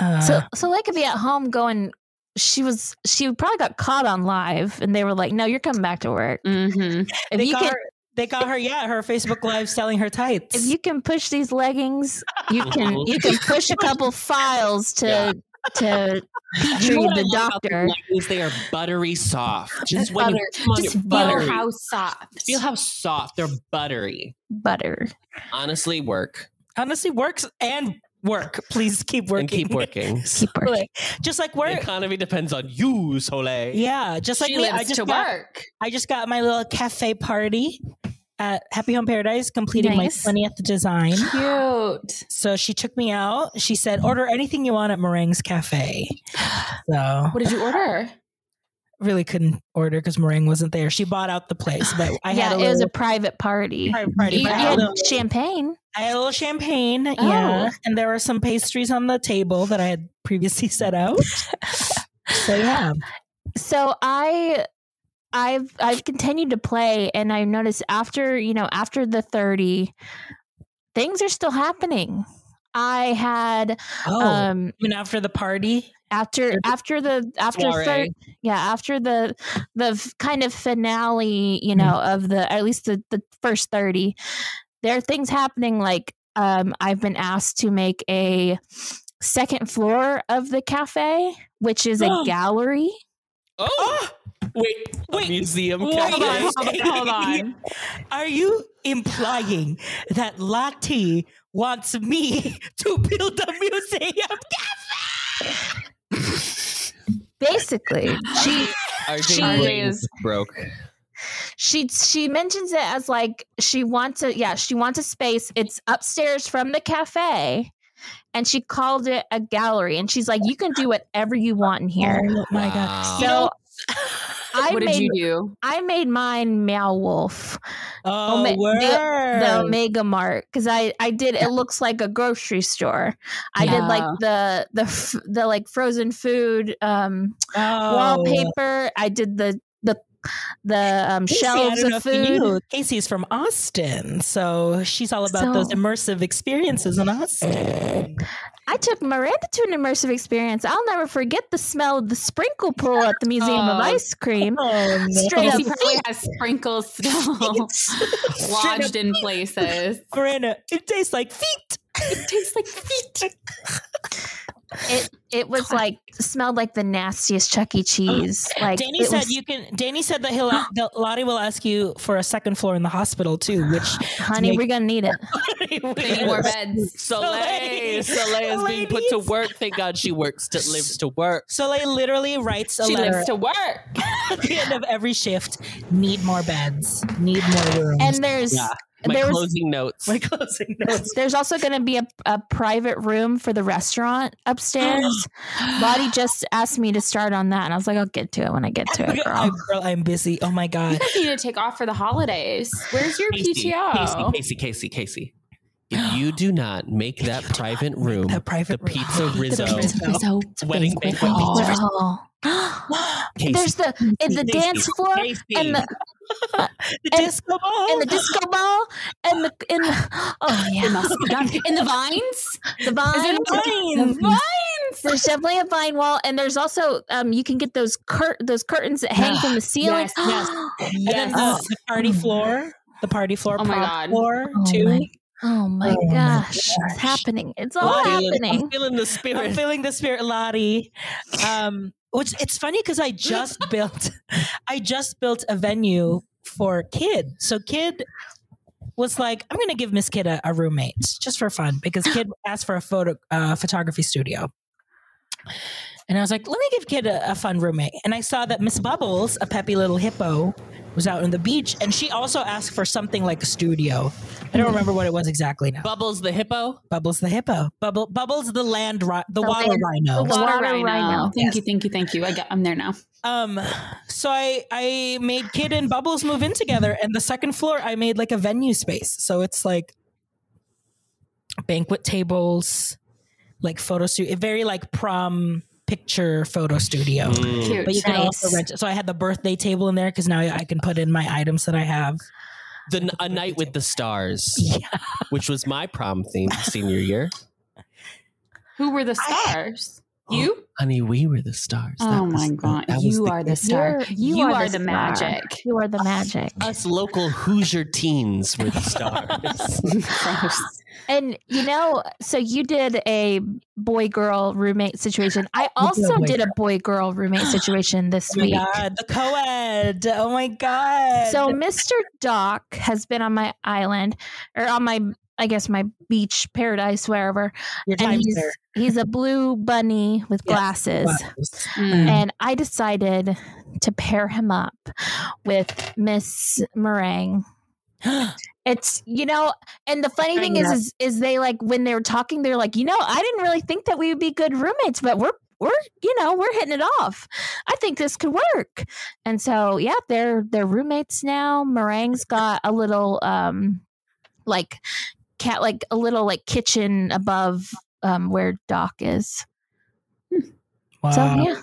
[SPEAKER 1] Uh,
[SPEAKER 3] So so they could be at home going. She was. She probably got caught on live, and they were like, "No, you're coming back to work.
[SPEAKER 2] hmm
[SPEAKER 3] If
[SPEAKER 1] they,
[SPEAKER 3] you
[SPEAKER 1] got
[SPEAKER 3] can,
[SPEAKER 1] her, they got her, yeah, her Facebook Live selling her tights.
[SPEAKER 3] if you can push these leggings, you can you can push a couple files to
[SPEAKER 4] Yeah.
[SPEAKER 3] to Petrie
[SPEAKER 4] You know what I
[SPEAKER 3] the
[SPEAKER 4] love about
[SPEAKER 3] doctor.
[SPEAKER 4] these leggings? they are buttery soft. Just when
[SPEAKER 3] Butter.
[SPEAKER 4] you put them on,
[SPEAKER 2] Just
[SPEAKER 4] they're
[SPEAKER 2] feel
[SPEAKER 4] buttery.
[SPEAKER 2] how soft.
[SPEAKER 4] feel how soft they're buttery.
[SPEAKER 3] butter."
[SPEAKER 4] Honestly, work
[SPEAKER 1] Honestly, works and work. Please keep working.
[SPEAKER 4] and keep working.
[SPEAKER 3] Keep working.
[SPEAKER 1] Just like
[SPEAKER 4] The
[SPEAKER 1] work.
[SPEAKER 4] economy depends on you, Soleil.
[SPEAKER 1] Yeah, just like
[SPEAKER 2] she
[SPEAKER 1] me.
[SPEAKER 2] lives
[SPEAKER 1] I just
[SPEAKER 2] to
[SPEAKER 1] got,
[SPEAKER 2] work.
[SPEAKER 1] I just got my little cafe party at Happy Home Paradise, completing
[SPEAKER 3] Nice.
[SPEAKER 1] my 20th design.
[SPEAKER 2] Cute.
[SPEAKER 1] So she took me out. She said, "Order anything you want at Meringues Cafe." So
[SPEAKER 2] What did you order?
[SPEAKER 1] really couldn't order because Meringue wasn't there. She bought out the place, but I
[SPEAKER 3] yeah,
[SPEAKER 1] had a
[SPEAKER 3] it was
[SPEAKER 1] little
[SPEAKER 3] a private party.
[SPEAKER 1] private party.
[SPEAKER 3] You,
[SPEAKER 1] but I
[SPEAKER 3] you
[SPEAKER 1] had a
[SPEAKER 3] had
[SPEAKER 1] little-
[SPEAKER 3] champagne.
[SPEAKER 1] I had a little champagne,
[SPEAKER 2] Oh.
[SPEAKER 1] yeah, and there were some pastries on the table that I had previously set out. so yeah,
[SPEAKER 3] So I I've I've continued to play and I noticed after, you know, after the 30 things are still happening. I had
[SPEAKER 1] oh,
[SPEAKER 3] um
[SPEAKER 1] even after the party,
[SPEAKER 3] after after the after
[SPEAKER 4] Soiree.
[SPEAKER 3] thir- yeah, after the the f- kind of finale, you know, of the at least the, the first 30 there are things happening like um I've been asked to make a second floor of the cafe, which is a gallery.
[SPEAKER 4] Oh, wait, wait. Museum
[SPEAKER 1] Oh, Wait.
[SPEAKER 4] cafe.
[SPEAKER 2] Hold on, hold on, hold on.
[SPEAKER 1] are you implying that Lati wants me to build a museum?
[SPEAKER 3] Basically, she
[SPEAKER 4] RJ
[SPEAKER 2] RJ
[SPEAKER 4] brain
[SPEAKER 2] is-
[SPEAKER 4] broke.
[SPEAKER 3] she she mentions it as like she wants a yeah she wants a space it's upstairs from the cafe and she called it a gallery. And she's like, you can do whatever you want in here.
[SPEAKER 1] Oh my god.
[SPEAKER 4] Wow.
[SPEAKER 1] You know-
[SPEAKER 3] So I
[SPEAKER 2] what
[SPEAKER 3] made
[SPEAKER 2] did you
[SPEAKER 3] I made mine meow wolf
[SPEAKER 1] Oh,
[SPEAKER 3] ma- the-
[SPEAKER 1] word.
[SPEAKER 3] the Omega Mart because I I did it looks like a grocery store. I did like
[SPEAKER 2] Yeah.
[SPEAKER 3] the the f- the like frozen food um
[SPEAKER 1] oh.
[SPEAKER 3] wallpaper. I did the the the um,
[SPEAKER 1] Casey, I
[SPEAKER 3] shelves
[SPEAKER 1] don't know
[SPEAKER 3] of
[SPEAKER 1] if you
[SPEAKER 3] food.
[SPEAKER 1] knew, Casey's from Austin, so she's all about those
[SPEAKER 3] So-
[SPEAKER 1] immersive experiences in Austin.
[SPEAKER 3] I took Miranda to an immersive experience. I'll never forget the smell of the sprinkle pool at the Museum of
[SPEAKER 2] Oh.
[SPEAKER 3] Ice Cream.
[SPEAKER 1] Oh, no.
[SPEAKER 2] do?
[SPEAKER 3] Straight
[SPEAKER 2] Casey
[SPEAKER 3] up
[SPEAKER 2] probably has sprinkles still
[SPEAKER 1] Straight up,
[SPEAKER 2] lodged in places.
[SPEAKER 1] Miranda, it tastes like feet. It tastes like feet.
[SPEAKER 3] It it was like smelled like the nastiest Chuck E. Cheese. Like
[SPEAKER 1] Danny
[SPEAKER 3] it
[SPEAKER 1] said
[SPEAKER 3] was-
[SPEAKER 1] you can. Danny said that he'll. that Lottie will ask you for a second floor in the hospital too, which
[SPEAKER 3] honey,
[SPEAKER 1] make-
[SPEAKER 3] we're gonna need it.
[SPEAKER 2] They need more beds.
[SPEAKER 4] Soleil, Soleil is being put to
[SPEAKER 1] Ladies.
[SPEAKER 4] work. Thank God she works to lives to work.
[SPEAKER 1] Soleil literally writes a
[SPEAKER 2] She
[SPEAKER 1] letter
[SPEAKER 2] lives to work.
[SPEAKER 1] at the end of every shift. Need more beds. Need more rooms.
[SPEAKER 3] And there's
[SPEAKER 4] Yeah. My
[SPEAKER 3] there was
[SPEAKER 4] closing notes.
[SPEAKER 1] my closing notes.
[SPEAKER 3] there's also gonna be a, a private room for the restaurant upstairs. Lottie just asked me to start on that and I was like, I'll get to it when I get to it,
[SPEAKER 1] I'm,
[SPEAKER 3] girl.
[SPEAKER 1] girl, I'm busy. Oh my
[SPEAKER 2] You
[SPEAKER 1] god.
[SPEAKER 2] guys need to take off for the holidays. Where's your
[SPEAKER 4] Casey,
[SPEAKER 2] PTO?
[SPEAKER 4] Casey, Casey, Casey, Casey. If you do not make that private room
[SPEAKER 1] That private
[SPEAKER 4] the pizza
[SPEAKER 1] room.
[SPEAKER 4] Rizzo.
[SPEAKER 1] Rizzo.
[SPEAKER 2] So
[SPEAKER 4] wedding
[SPEAKER 1] banquet
[SPEAKER 4] banquet
[SPEAKER 1] hall.
[SPEAKER 4] pizza.
[SPEAKER 3] Well,
[SPEAKER 4] Casey,
[SPEAKER 3] there's the in the
[SPEAKER 4] Casey,
[SPEAKER 3] dance floor
[SPEAKER 4] Casey.
[SPEAKER 3] and the
[SPEAKER 1] The
[SPEAKER 3] And-
[SPEAKER 1] disco ball.
[SPEAKER 3] and the disco ball and the in the, oh
[SPEAKER 2] it
[SPEAKER 3] yeah
[SPEAKER 2] must be done. In the vines?
[SPEAKER 3] the
[SPEAKER 2] Is
[SPEAKER 3] vine.
[SPEAKER 2] it
[SPEAKER 1] Vines.
[SPEAKER 2] The vines?
[SPEAKER 3] There's definitely a vine wall, and there's also um you can get those cur- those curtains that hang
[SPEAKER 1] Yeah.
[SPEAKER 3] from the ceiling.
[SPEAKER 2] Yes, yes.
[SPEAKER 1] And then uh, the, the party floor. The party floor.
[SPEAKER 2] Oh my
[SPEAKER 1] prom
[SPEAKER 2] God.
[SPEAKER 1] Floor
[SPEAKER 3] Oh
[SPEAKER 1] too.
[SPEAKER 3] my, oh my
[SPEAKER 1] Oh my
[SPEAKER 3] gosh,
[SPEAKER 1] gosh.
[SPEAKER 3] it's happening! It's all
[SPEAKER 4] I'm feeling- I'm
[SPEAKER 3] happening.
[SPEAKER 4] feeling the
[SPEAKER 1] I'm
[SPEAKER 4] spirit.
[SPEAKER 1] feeling the spirit, Lottie. Um, which it's funny because I just built, I just built a venue for Kid. So Kid was like, I'm going to give Miss Kid a, a roommate just for fun because Kid asked for a photo uh, photography studio. And I was like, let me give Kid a, a fun roommate. And I saw that Miss Bubbles, a peppy little hippo, was out on the beach, and she also asked for something like a studio. I don't remember what it was exactly now.
[SPEAKER 4] Bubbles the hippo.
[SPEAKER 1] Bubbles the hippo. Bubble Bubbles the land ri- the,
[SPEAKER 3] The
[SPEAKER 1] water
[SPEAKER 3] land-
[SPEAKER 1] rhino.
[SPEAKER 3] the water rhino.
[SPEAKER 2] Thank you, thank you, thank you. I got, I'm there now.
[SPEAKER 1] Um so I I made Kid and Bubbles move in together and the second floor I made like a venue space. So it's like banquet tables, like photo studio, very like prom picture photo studio.
[SPEAKER 4] Mm.
[SPEAKER 2] Cute.
[SPEAKER 1] But you can also
[SPEAKER 3] Nice.
[SPEAKER 1] rent it. So I had the birthday table in there because now I can put in my items that I have. Oh
[SPEAKER 4] The, a night with the stars,
[SPEAKER 1] Yeah.
[SPEAKER 4] which was my prom theme senior year.
[SPEAKER 2] Who were the stars? You?
[SPEAKER 4] Honey, we were the stars. That
[SPEAKER 2] Oh
[SPEAKER 4] was
[SPEAKER 2] my
[SPEAKER 4] the-
[SPEAKER 2] god.
[SPEAKER 4] that was
[SPEAKER 2] You are the star.
[SPEAKER 3] You're-
[SPEAKER 2] You, are, the,
[SPEAKER 3] star.
[SPEAKER 2] magic.
[SPEAKER 3] You are the magic.
[SPEAKER 4] us local Hoosier teens were the stars.
[SPEAKER 2] Gross.
[SPEAKER 3] And you know, so you did a boy girl roommate situation.
[SPEAKER 1] I
[SPEAKER 3] I
[SPEAKER 1] did a
[SPEAKER 3] also
[SPEAKER 1] boy
[SPEAKER 3] did a boy girl roommate situation this
[SPEAKER 1] Oh my
[SPEAKER 3] week.
[SPEAKER 1] god, the co-ed. Oh my god.
[SPEAKER 3] So Mr. Doc has been on my island or on my I guess my beach paradise wherever.
[SPEAKER 1] your
[SPEAKER 3] And
[SPEAKER 1] time's
[SPEAKER 3] he's,
[SPEAKER 1] there.
[SPEAKER 3] he's a blue bunny with
[SPEAKER 1] Yes,
[SPEAKER 3] glasses.
[SPEAKER 2] Mm.
[SPEAKER 3] And I decided to pair him up with Miss Meringue. It's you know, and the funny thing is, is is they like when they were talking, they're like, you know, I didn't really think that we would be good roommates, but we're we're you know we're hitting it off. I think this could work, and so yeah, they're they're roommates now. Meringue's got a little um like cat like a little like kitchen above um where Doc is.
[SPEAKER 1] wow.
[SPEAKER 3] So yeah.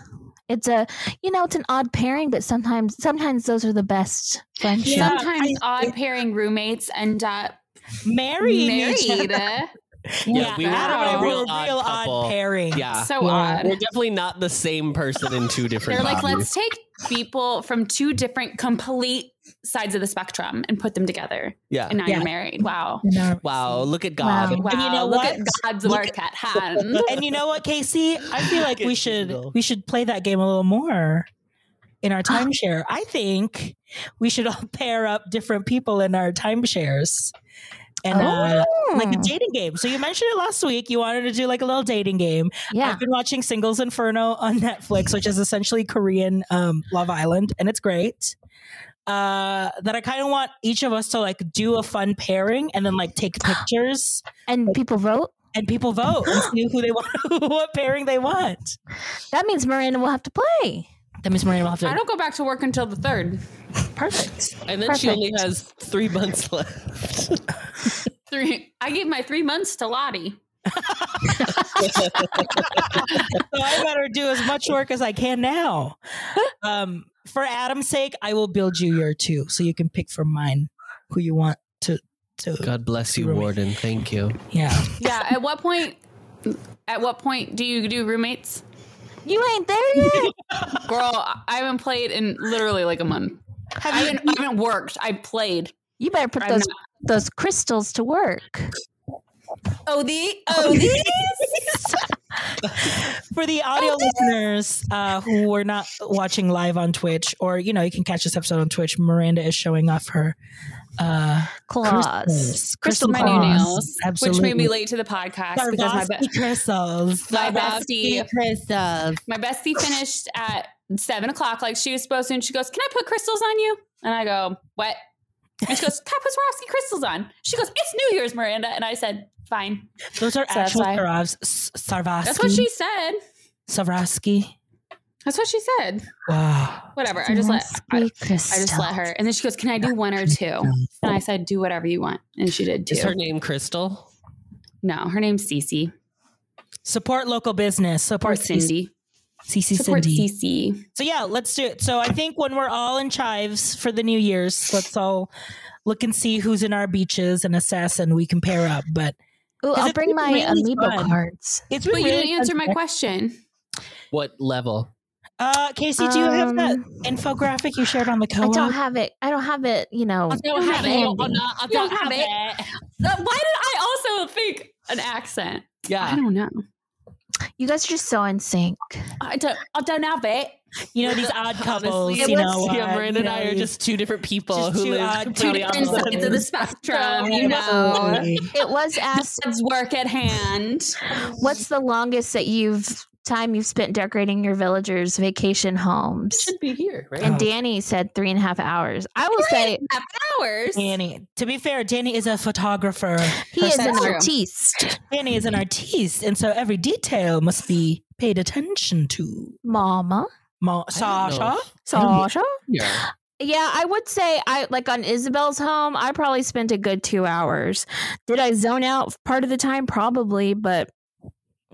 [SPEAKER 3] It's a, you know, it's an odd pairing, but sometimes, sometimes those are the best friendships.
[SPEAKER 1] Yeah,
[SPEAKER 2] Sometimes odd pairing roommates end up
[SPEAKER 1] Marrying each
[SPEAKER 2] married.
[SPEAKER 1] other.
[SPEAKER 2] eh?
[SPEAKER 4] Yeah, we were
[SPEAKER 1] I
[SPEAKER 2] Wow.
[SPEAKER 1] don't know,
[SPEAKER 4] a real,
[SPEAKER 1] we're
[SPEAKER 4] odd
[SPEAKER 1] real odd,
[SPEAKER 4] couple.
[SPEAKER 1] pairing.
[SPEAKER 4] Yeah.
[SPEAKER 2] So
[SPEAKER 1] Yeah.
[SPEAKER 2] odd.
[SPEAKER 4] We're definitely not the same person in two different
[SPEAKER 2] They're like,
[SPEAKER 4] bodies.
[SPEAKER 2] let's take people from two different complete sides of the spectrum and put them together.
[SPEAKER 4] Yeah.
[SPEAKER 2] And now
[SPEAKER 1] Yeah.
[SPEAKER 2] you're married. Wow.
[SPEAKER 4] Wow, look at
[SPEAKER 3] Wow.
[SPEAKER 4] God.
[SPEAKER 2] Wow.
[SPEAKER 1] you know
[SPEAKER 2] Look
[SPEAKER 1] what?
[SPEAKER 2] at God's
[SPEAKER 1] Look
[SPEAKER 2] work at hand.
[SPEAKER 1] And you know what, Casey? I feel like we
[SPEAKER 4] Get
[SPEAKER 1] should
[SPEAKER 4] single.
[SPEAKER 1] we should play that game a little more in our timeshare. I think we should all pair up different people in our timeshares. And uh, like a
[SPEAKER 3] Hmm.
[SPEAKER 1] dating game. So you mentioned it last week. You wanted to do like a little dating game.
[SPEAKER 3] yeah.
[SPEAKER 1] I've been watching Singles Inferno on Netflix, which is essentially Korean um, Love Island, and it's great. Uh, that I kind of want each of us to like do a fun pairing and then like take pictures
[SPEAKER 3] And people vote.
[SPEAKER 1] and people vote and see who they want, what pairing they want.
[SPEAKER 3] That means Miranda will have to play.
[SPEAKER 1] That means Miranda will have to.
[SPEAKER 2] I don't go back to work until the third.
[SPEAKER 1] perfect.
[SPEAKER 4] And then she
[SPEAKER 3] Perfect.
[SPEAKER 4] only has three months left.
[SPEAKER 2] Three. I gave my three months to Lottie.
[SPEAKER 1] So I better do as much work as I can now. Um, for Adam's sake, I will build you your two, so you can pick from mine who you want to. To
[SPEAKER 4] God bless you,
[SPEAKER 1] Roommate.
[SPEAKER 4] Warden. Thank you.
[SPEAKER 1] yeah.
[SPEAKER 2] Yeah. At what point? At what point do you do roommates?
[SPEAKER 3] You ain't there yet.
[SPEAKER 2] Girl, I haven't played in literally like a month. I
[SPEAKER 1] Have you,
[SPEAKER 2] haven't, I haven't worked. I played.
[SPEAKER 3] You better put
[SPEAKER 2] I'm
[SPEAKER 3] those those crystals to work.
[SPEAKER 2] Oh, the oh, the.
[SPEAKER 1] for the audio
[SPEAKER 2] Oh,
[SPEAKER 1] listeners uh, who were not watching live on Twitch, or you know, you can catch this episode on Twitch. Miranda is showing off her uh,
[SPEAKER 3] Claws.
[SPEAKER 1] crystals.
[SPEAKER 3] Crystal
[SPEAKER 2] my
[SPEAKER 3] claws.
[SPEAKER 2] new nails,
[SPEAKER 1] Absolutely.
[SPEAKER 2] which made me late to the podcast because my,
[SPEAKER 1] Swarovski
[SPEAKER 2] be-
[SPEAKER 1] crystals.
[SPEAKER 2] my bestie,
[SPEAKER 5] Krista.
[SPEAKER 2] my bestie finished at seven o'clock like she was supposed to, and she goes, "Can I put crystals on you?" And I go, "What?" And she goes, "Can I put Swarovski crystals on?" She goes, "It's New Year's, Miranda," and I said, "Fine."
[SPEAKER 1] Those are
[SPEAKER 2] So that's
[SPEAKER 1] actual
[SPEAKER 2] why-
[SPEAKER 1] Sarovs, S- Sarvasky.
[SPEAKER 2] That's what she said.
[SPEAKER 1] Swarovski.
[SPEAKER 2] That's what she said.
[SPEAKER 1] Wow.
[SPEAKER 2] Whatever. I just let I, I
[SPEAKER 3] Swarovski crystals.
[SPEAKER 2] just let her, and then she goes, "Can I do one or two? And I said, "Do whatever you want," and she did
[SPEAKER 4] Is her
[SPEAKER 2] two.
[SPEAKER 4] name Crystal?
[SPEAKER 2] No, her name's Cece
[SPEAKER 1] Support local business.
[SPEAKER 2] or
[SPEAKER 1] Support Cindy.
[SPEAKER 2] Cindy.
[SPEAKER 1] CC
[SPEAKER 2] Support
[SPEAKER 1] Cindy.
[SPEAKER 2] Cece.
[SPEAKER 1] So yeah, let's do it. So I think when we're all in chives for the New Year's, let's all look and see who's in our beaches and assess, and we can pair up. But
[SPEAKER 3] Ooh,
[SPEAKER 1] Is
[SPEAKER 3] I'll
[SPEAKER 1] it
[SPEAKER 3] bring my
[SPEAKER 1] really
[SPEAKER 3] amiibo
[SPEAKER 1] fun?
[SPEAKER 3] cards.
[SPEAKER 1] it's
[SPEAKER 2] But
[SPEAKER 1] been
[SPEAKER 2] you
[SPEAKER 1] really
[SPEAKER 2] didn't answer
[SPEAKER 1] fun.
[SPEAKER 2] my question.
[SPEAKER 4] What level?
[SPEAKER 1] Uh, Casey, do you have that
[SPEAKER 3] Um,
[SPEAKER 1] infographic you shared on the
[SPEAKER 3] I
[SPEAKER 1] co-op?
[SPEAKER 3] don't have it. I don't have it. You know,
[SPEAKER 2] don't Oh,
[SPEAKER 3] have it. Handy. I'm
[SPEAKER 2] not, I don't have it. Uh, Why did I also think an accent? Ah. I
[SPEAKER 4] Yeah.
[SPEAKER 2] don't know.
[SPEAKER 3] you guys are just so in sync.
[SPEAKER 2] I don't. I don't have it.
[SPEAKER 1] you know these odd couples.
[SPEAKER 4] Honestly,
[SPEAKER 1] you
[SPEAKER 3] let's
[SPEAKER 1] know,
[SPEAKER 4] yeah,
[SPEAKER 1] uh,
[SPEAKER 4] Miranda
[SPEAKER 1] you
[SPEAKER 4] and I
[SPEAKER 1] know,
[SPEAKER 4] are
[SPEAKER 1] these-
[SPEAKER 4] just two different people
[SPEAKER 1] just
[SPEAKER 4] who
[SPEAKER 1] two,
[SPEAKER 4] live
[SPEAKER 1] uh, two
[SPEAKER 4] completely
[SPEAKER 1] different
[SPEAKER 4] opposite.
[SPEAKER 1] sides of the
[SPEAKER 2] spectrum.
[SPEAKER 1] Absolutely.
[SPEAKER 3] It was asked.
[SPEAKER 2] God's work at hand.
[SPEAKER 3] What's the longest that you've time you've spent decorating your villagers' vacation homes?
[SPEAKER 4] be here, right?
[SPEAKER 3] And Danny said three and a half hours. I will say
[SPEAKER 2] Half hours.
[SPEAKER 1] Danny. To be fair, Danny is a photographer.
[SPEAKER 3] he is an
[SPEAKER 2] That's true.
[SPEAKER 3] artiste.
[SPEAKER 1] Danny is an artiste, and so every detail must be paid attention to.
[SPEAKER 3] Mama.
[SPEAKER 1] Ma-
[SPEAKER 4] I don't
[SPEAKER 1] Sasha,
[SPEAKER 3] Oh.
[SPEAKER 4] know.
[SPEAKER 3] Sasha.
[SPEAKER 4] Yeah.
[SPEAKER 3] Yeah, I would say I like on Isabel's home, I probably spent a good two hours. Did I zone out part of the time? Probably, but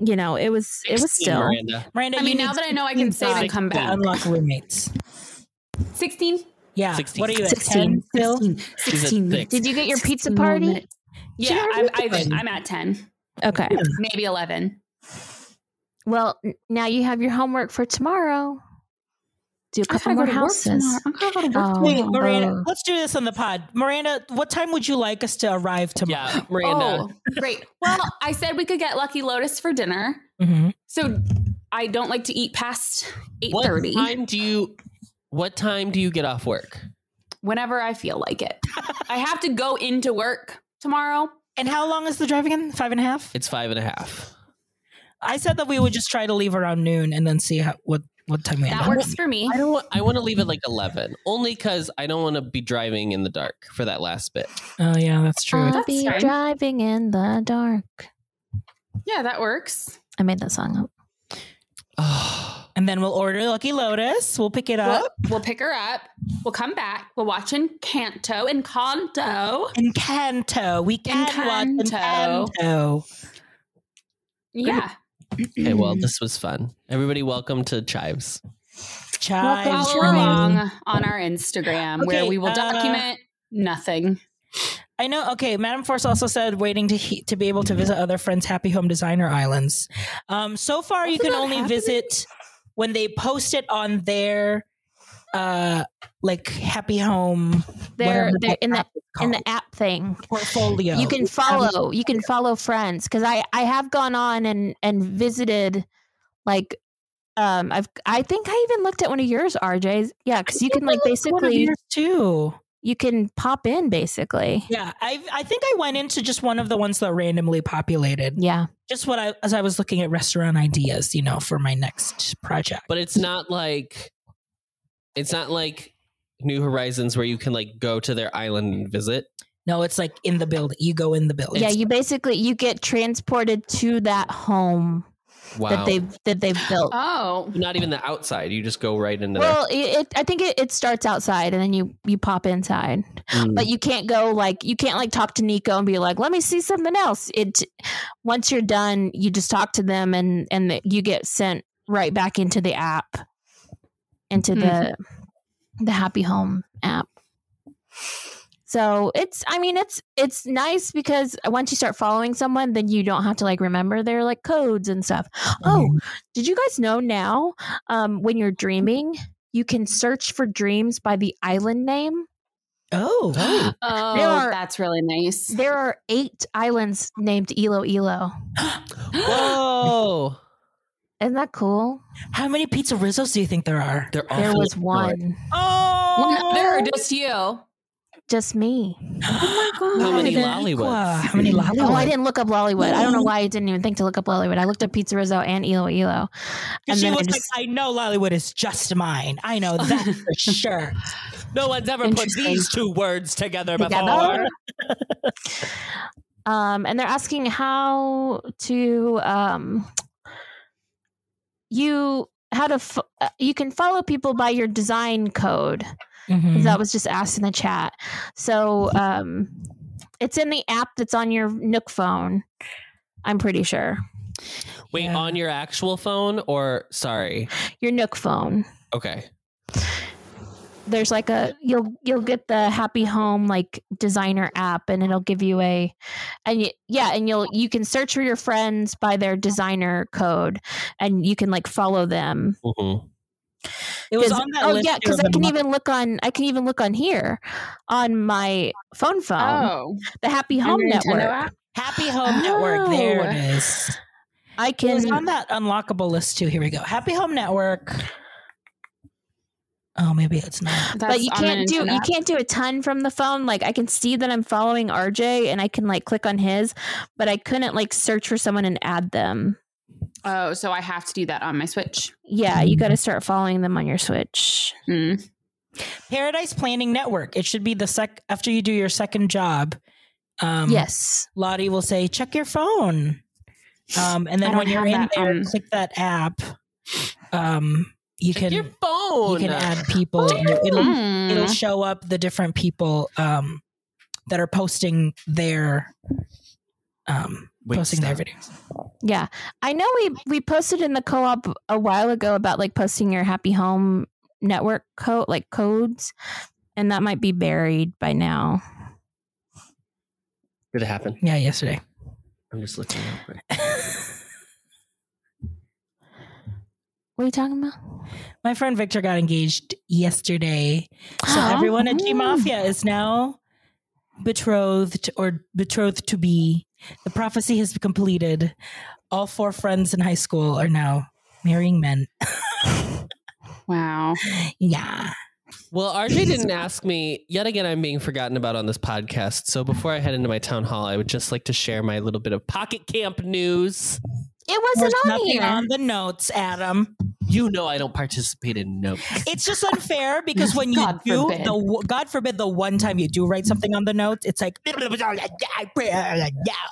[SPEAKER 3] you know, it was it was still
[SPEAKER 4] Miranda.
[SPEAKER 1] Miranda.
[SPEAKER 2] I
[SPEAKER 1] you
[SPEAKER 2] mean,
[SPEAKER 1] need
[SPEAKER 2] now that I know I can save and come
[SPEAKER 1] to
[SPEAKER 2] back.
[SPEAKER 1] unlock roommates.
[SPEAKER 2] Sixteen.
[SPEAKER 1] Yeah,
[SPEAKER 4] 16.
[SPEAKER 1] what are you at?
[SPEAKER 3] 16.
[SPEAKER 1] 10 still?
[SPEAKER 4] She's a thick.
[SPEAKER 3] Did you get your pizza
[SPEAKER 2] 16 more
[SPEAKER 3] party?
[SPEAKER 2] minutes. Yeah, I'm, I, I'm at ten,
[SPEAKER 3] Okay.
[SPEAKER 2] maybe eleven.
[SPEAKER 3] Well, n- now you have your homework for tomorrow. Do a
[SPEAKER 2] I gotta
[SPEAKER 3] couple more
[SPEAKER 2] go to work tomorrow.
[SPEAKER 3] houses.
[SPEAKER 2] I'm gonna go to work.
[SPEAKER 3] Oh,
[SPEAKER 1] Wait, Miranda,
[SPEAKER 3] oh.
[SPEAKER 1] let's do this on the pod. Miranda, what time would you like us to arrive tomorrow?
[SPEAKER 4] Yeah, Miranda.
[SPEAKER 2] Oh, great. Well, I said we could get Lucky Lotus for dinner.
[SPEAKER 1] Mhm.
[SPEAKER 2] So I don't like to eat past eight
[SPEAKER 4] what
[SPEAKER 2] thirty.
[SPEAKER 4] time do you what time do you get off work?
[SPEAKER 2] Whenever I feel like it, I have to go into work tomorrow.
[SPEAKER 1] And how long is the drive again? Five and a half?
[SPEAKER 4] It's five and a half.
[SPEAKER 1] I said that we would just try to leave around noon and then see how, what what time we end
[SPEAKER 2] That
[SPEAKER 1] up.
[SPEAKER 2] works for me.
[SPEAKER 4] I don't want I want to leave at like eleven. Only cause I don't want to be driving in the dark for that last bit.
[SPEAKER 1] Oh yeah, that's true.
[SPEAKER 3] I'll
[SPEAKER 2] That's
[SPEAKER 3] be
[SPEAKER 2] fine.
[SPEAKER 3] driving in the dark.
[SPEAKER 2] Yeah, that works.
[SPEAKER 3] I made that song up.
[SPEAKER 4] Oh,
[SPEAKER 1] and then we'll order Lucky Lotus. We'll pick it
[SPEAKER 2] We'll,
[SPEAKER 1] up
[SPEAKER 2] we'll pick her up. We'll come back. We're watching Canto and Conto.
[SPEAKER 1] in Canto. We can watch
[SPEAKER 2] Encanto.
[SPEAKER 1] Encanto.
[SPEAKER 2] Yeah.
[SPEAKER 4] okay, well,
[SPEAKER 3] Mm.
[SPEAKER 4] this was fun. Everybody, welcome to Chives.
[SPEAKER 1] Chives.
[SPEAKER 2] Follow
[SPEAKER 3] trying.
[SPEAKER 2] along on our Instagram where
[SPEAKER 1] Okay,
[SPEAKER 2] we will
[SPEAKER 1] uh,
[SPEAKER 2] document nothing.
[SPEAKER 1] I know. Okay, Madam Force also said waiting to he- to be able to visit other friends' happy home designer islands. Um, so far, you
[SPEAKER 2] Wasn't
[SPEAKER 1] can
[SPEAKER 2] that
[SPEAKER 1] only
[SPEAKER 2] happening?
[SPEAKER 1] visit when they post it on their uh like happy home
[SPEAKER 3] They're
[SPEAKER 1] whatever
[SPEAKER 3] they're in the
[SPEAKER 1] app is
[SPEAKER 3] in
[SPEAKER 1] called.
[SPEAKER 3] the app thing.
[SPEAKER 1] portfolio.
[SPEAKER 3] You can follow. You can follow friends because I I have gone on and and visited, like, um I've I think I even looked at one of yours, RJ's. Yeah, because you can like
[SPEAKER 1] One of
[SPEAKER 3] basically
[SPEAKER 1] yours, too.
[SPEAKER 3] you can pop in basically.
[SPEAKER 1] Yeah, I I think I went into just one of the ones that randomly populated.
[SPEAKER 3] Yeah,
[SPEAKER 1] Just what I as I was looking at restaurant ideas, you know, for my next project.
[SPEAKER 4] but it's not like it's not like New Horizons where you can like go to their island and visit.
[SPEAKER 1] No, it's like in the building. You go in the building.
[SPEAKER 3] yeah,
[SPEAKER 1] It's-
[SPEAKER 3] you basically you get transported to that home that
[SPEAKER 4] Wow.
[SPEAKER 3] they've that they've
[SPEAKER 1] Uh,
[SPEAKER 3] built.
[SPEAKER 2] Oh.
[SPEAKER 4] Not even the outside. You just go right into
[SPEAKER 3] Well, it, it I think it, it starts outside and then you you pop inside,
[SPEAKER 4] there. Mm.
[SPEAKER 3] but you can't go like you can't like talk to Nico and be like, let me see something else. It once you're done, you just talk to them and and you get sent right back into the app, into the the Happy Home app. So it's I mean it's it's nice because once you start following someone, then you don't have to like remember their like codes and stuff. Oh,
[SPEAKER 1] Mm-hmm.
[SPEAKER 3] did you guys know now um, when you're dreaming, you can search for dreams by the island name?
[SPEAKER 1] Oh.
[SPEAKER 4] Oh.
[SPEAKER 2] Oh,
[SPEAKER 3] are-
[SPEAKER 2] that's really nice.
[SPEAKER 3] There are eight islands named Iloilo.
[SPEAKER 4] Whoa.
[SPEAKER 3] Isn't that cool?
[SPEAKER 1] How many pizza rizzos do you think there are?
[SPEAKER 4] They're
[SPEAKER 3] There
[SPEAKER 4] awful.
[SPEAKER 3] was one,
[SPEAKER 1] Oh.
[SPEAKER 2] There are just you.
[SPEAKER 3] just me.
[SPEAKER 4] How many
[SPEAKER 1] Lollywoods?
[SPEAKER 4] lollywoods?
[SPEAKER 1] How many lollywoods?
[SPEAKER 3] Oh, I didn't look up Lollywood. I don't know why I didn't even think to look up Lollywood. I looked up Pizza Rizzo and Iloilo. And
[SPEAKER 1] she
[SPEAKER 3] then I
[SPEAKER 1] was
[SPEAKER 3] just-
[SPEAKER 1] like, I know Lollywood is just mine. I know that for sure.
[SPEAKER 4] No one's ever put
[SPEAKER 3] Interesting.
[SPEAKER 4] these two words together,
[SPEAKER 3] Together.
[SPEAKER 4] before.
[SPEAKER 3] Um, and they're asking how to um, you how to f- uh, you can follow people by your design code.
[SPEAKER 1] Mhm.
[SPEAKER 3] that was just asked in the chat. So um, it's in the app that's on your Nook phone. I'm pretty sure
[SPEAKER 4] Wait,
[SPEAKER 1] Yeah.
[SPEAKER 4] on your actual phone or sorry?
[SPEAKER 3] your Nook phone.
[SPEAKER 4] Okay.
[SPEAKER 3] There's like a you'll you'll get the Happy Home like designer app, and it'll give you a and y- yeah, and you'll you can search for your friends by their designer code, and you can like follow them.
[SPEAKER 4] Mm-hmm.
[SPEAKER 1] It was
[SPEAKER 3] 'Cause-
[SPEAKER 1] on that
[SPEAKER 3] oh
[SPEAKER 1] list.
[SPEAKER 3] yeah,
[SPEAKER 1] too,
[SPEAKER 3] because I
[SPEAKER 1] but
[SPEAKER 3] can
[SPEAKER 1] my-
[SPEAKER 3] even look on I can even look on here on my phone phone
[SPEAKER 1] Oh.
[SPEAKER 2] Oh,
[SPEAKER 3] the Happy Home network.
[SPEAKER 1] Happy Home Network. There it
[SPEAKER 3] Oh.
[SPEAKER 1] is.
[SPEAKER 3] I
[SPEAKER 1] It was
[SPEAKER 3] can
[SPEAKER 1] on that unlockable list too. Here we go. Happy Home Network. Oh, maybe it's not.
[SPEAKER 3] but you can't do e you can't do a ton from the phone. Like I can see that I'm following RJ and I can like click on his, but I couldn't like search for someone and add them.
[SPEAKER 2] Oh, so I have to do that on my Switch.
[SPEAKER 3] Yeah, you got
[SPEAKER 4] Mm-hmm.
[SPEAKER 3] to start following them on your Switch.
[SPEAKER 2] Hmm.
[SPEAKER 1] Paradise Planning Network. It should be the sec after you do your second job. Um,
[SPEAKER 3] yes,
[SPEAKER 1] Lottie will say, check your phone. Um, and
[SPEAKER 2] I
[SPEAKER 1] then
[SPEAKER 2] don't
[SPEAKER 1] when you're
[SPEAKER 2] have
[SPEAKER 1] in
[SPEAKER 2] that,
[SPEAKER 1] there,
[SPEAKER 2] um,
[SPEAKER 1] click that app. Um, you can
[SPEAKER 4] your
[SPEAKER 1] you
[SPEAKER 4] phone.
[SPEAKER 1] can add people. and
[SPEAKER 3] Hmm.
[SPEAKER 1] it'll,
[SPEAKER 2] Mm. Hmm.
[SPEAKER 1] it'll show up the different people um, that are posting their um,
[SPEAKER 4] Wait,
[SPEAKER 1] posting
[SPEAKER 4] stop.
[SPEAKER 1] their videos.
[SPEAKER 3] yeah. I know we we posted in the co-op a while ago about like posting your Happy Home network code like codes, and that might be buried by now.
[SPEAKER 4] Did it happen?
[SPEAKER 1] Yeah, yesterday.
[SPEAKER 4] I'm just looking. Real quick.
[SPEAKER 3] What are you talking about?
[SPEAKER 1] My friend Victor got engaged yesterday. So
[SPEAKER 2] Oh,
[SPEAKER 1] everyone at G Mafia is now betrothed or betrothed to be. The prophecy has been completed. All four friends in high school are now marrying men.
[SPEAKER 2] Wow.
[SPEAKER 1] Yeah.
[SPEAKER 4] Well, RJ didn't ask me. Yet again, I'm being forgotten about on this podcast. So before I head into my town hall, I would just like to share my little bit of pocket camp news.
[SPEAKER 3] It wasn't
[SPEAKER 1] There's
[SPEAKER 3] on
[SPEAKER 1] nothing
[SPEAKER 3] here.
[SPEAKER 1] on the notes, Adam.
[SPEAKER 4] You know, I don't participate in notes.
[SPEAKER 1] It's just unfair because when you
[SPEAKER 2] God
[SPEAKER 1] do
[SPEAKER 2] forbid.
[SPEAKER 1] the w- God forbid the one time you do write something on the notes, it's like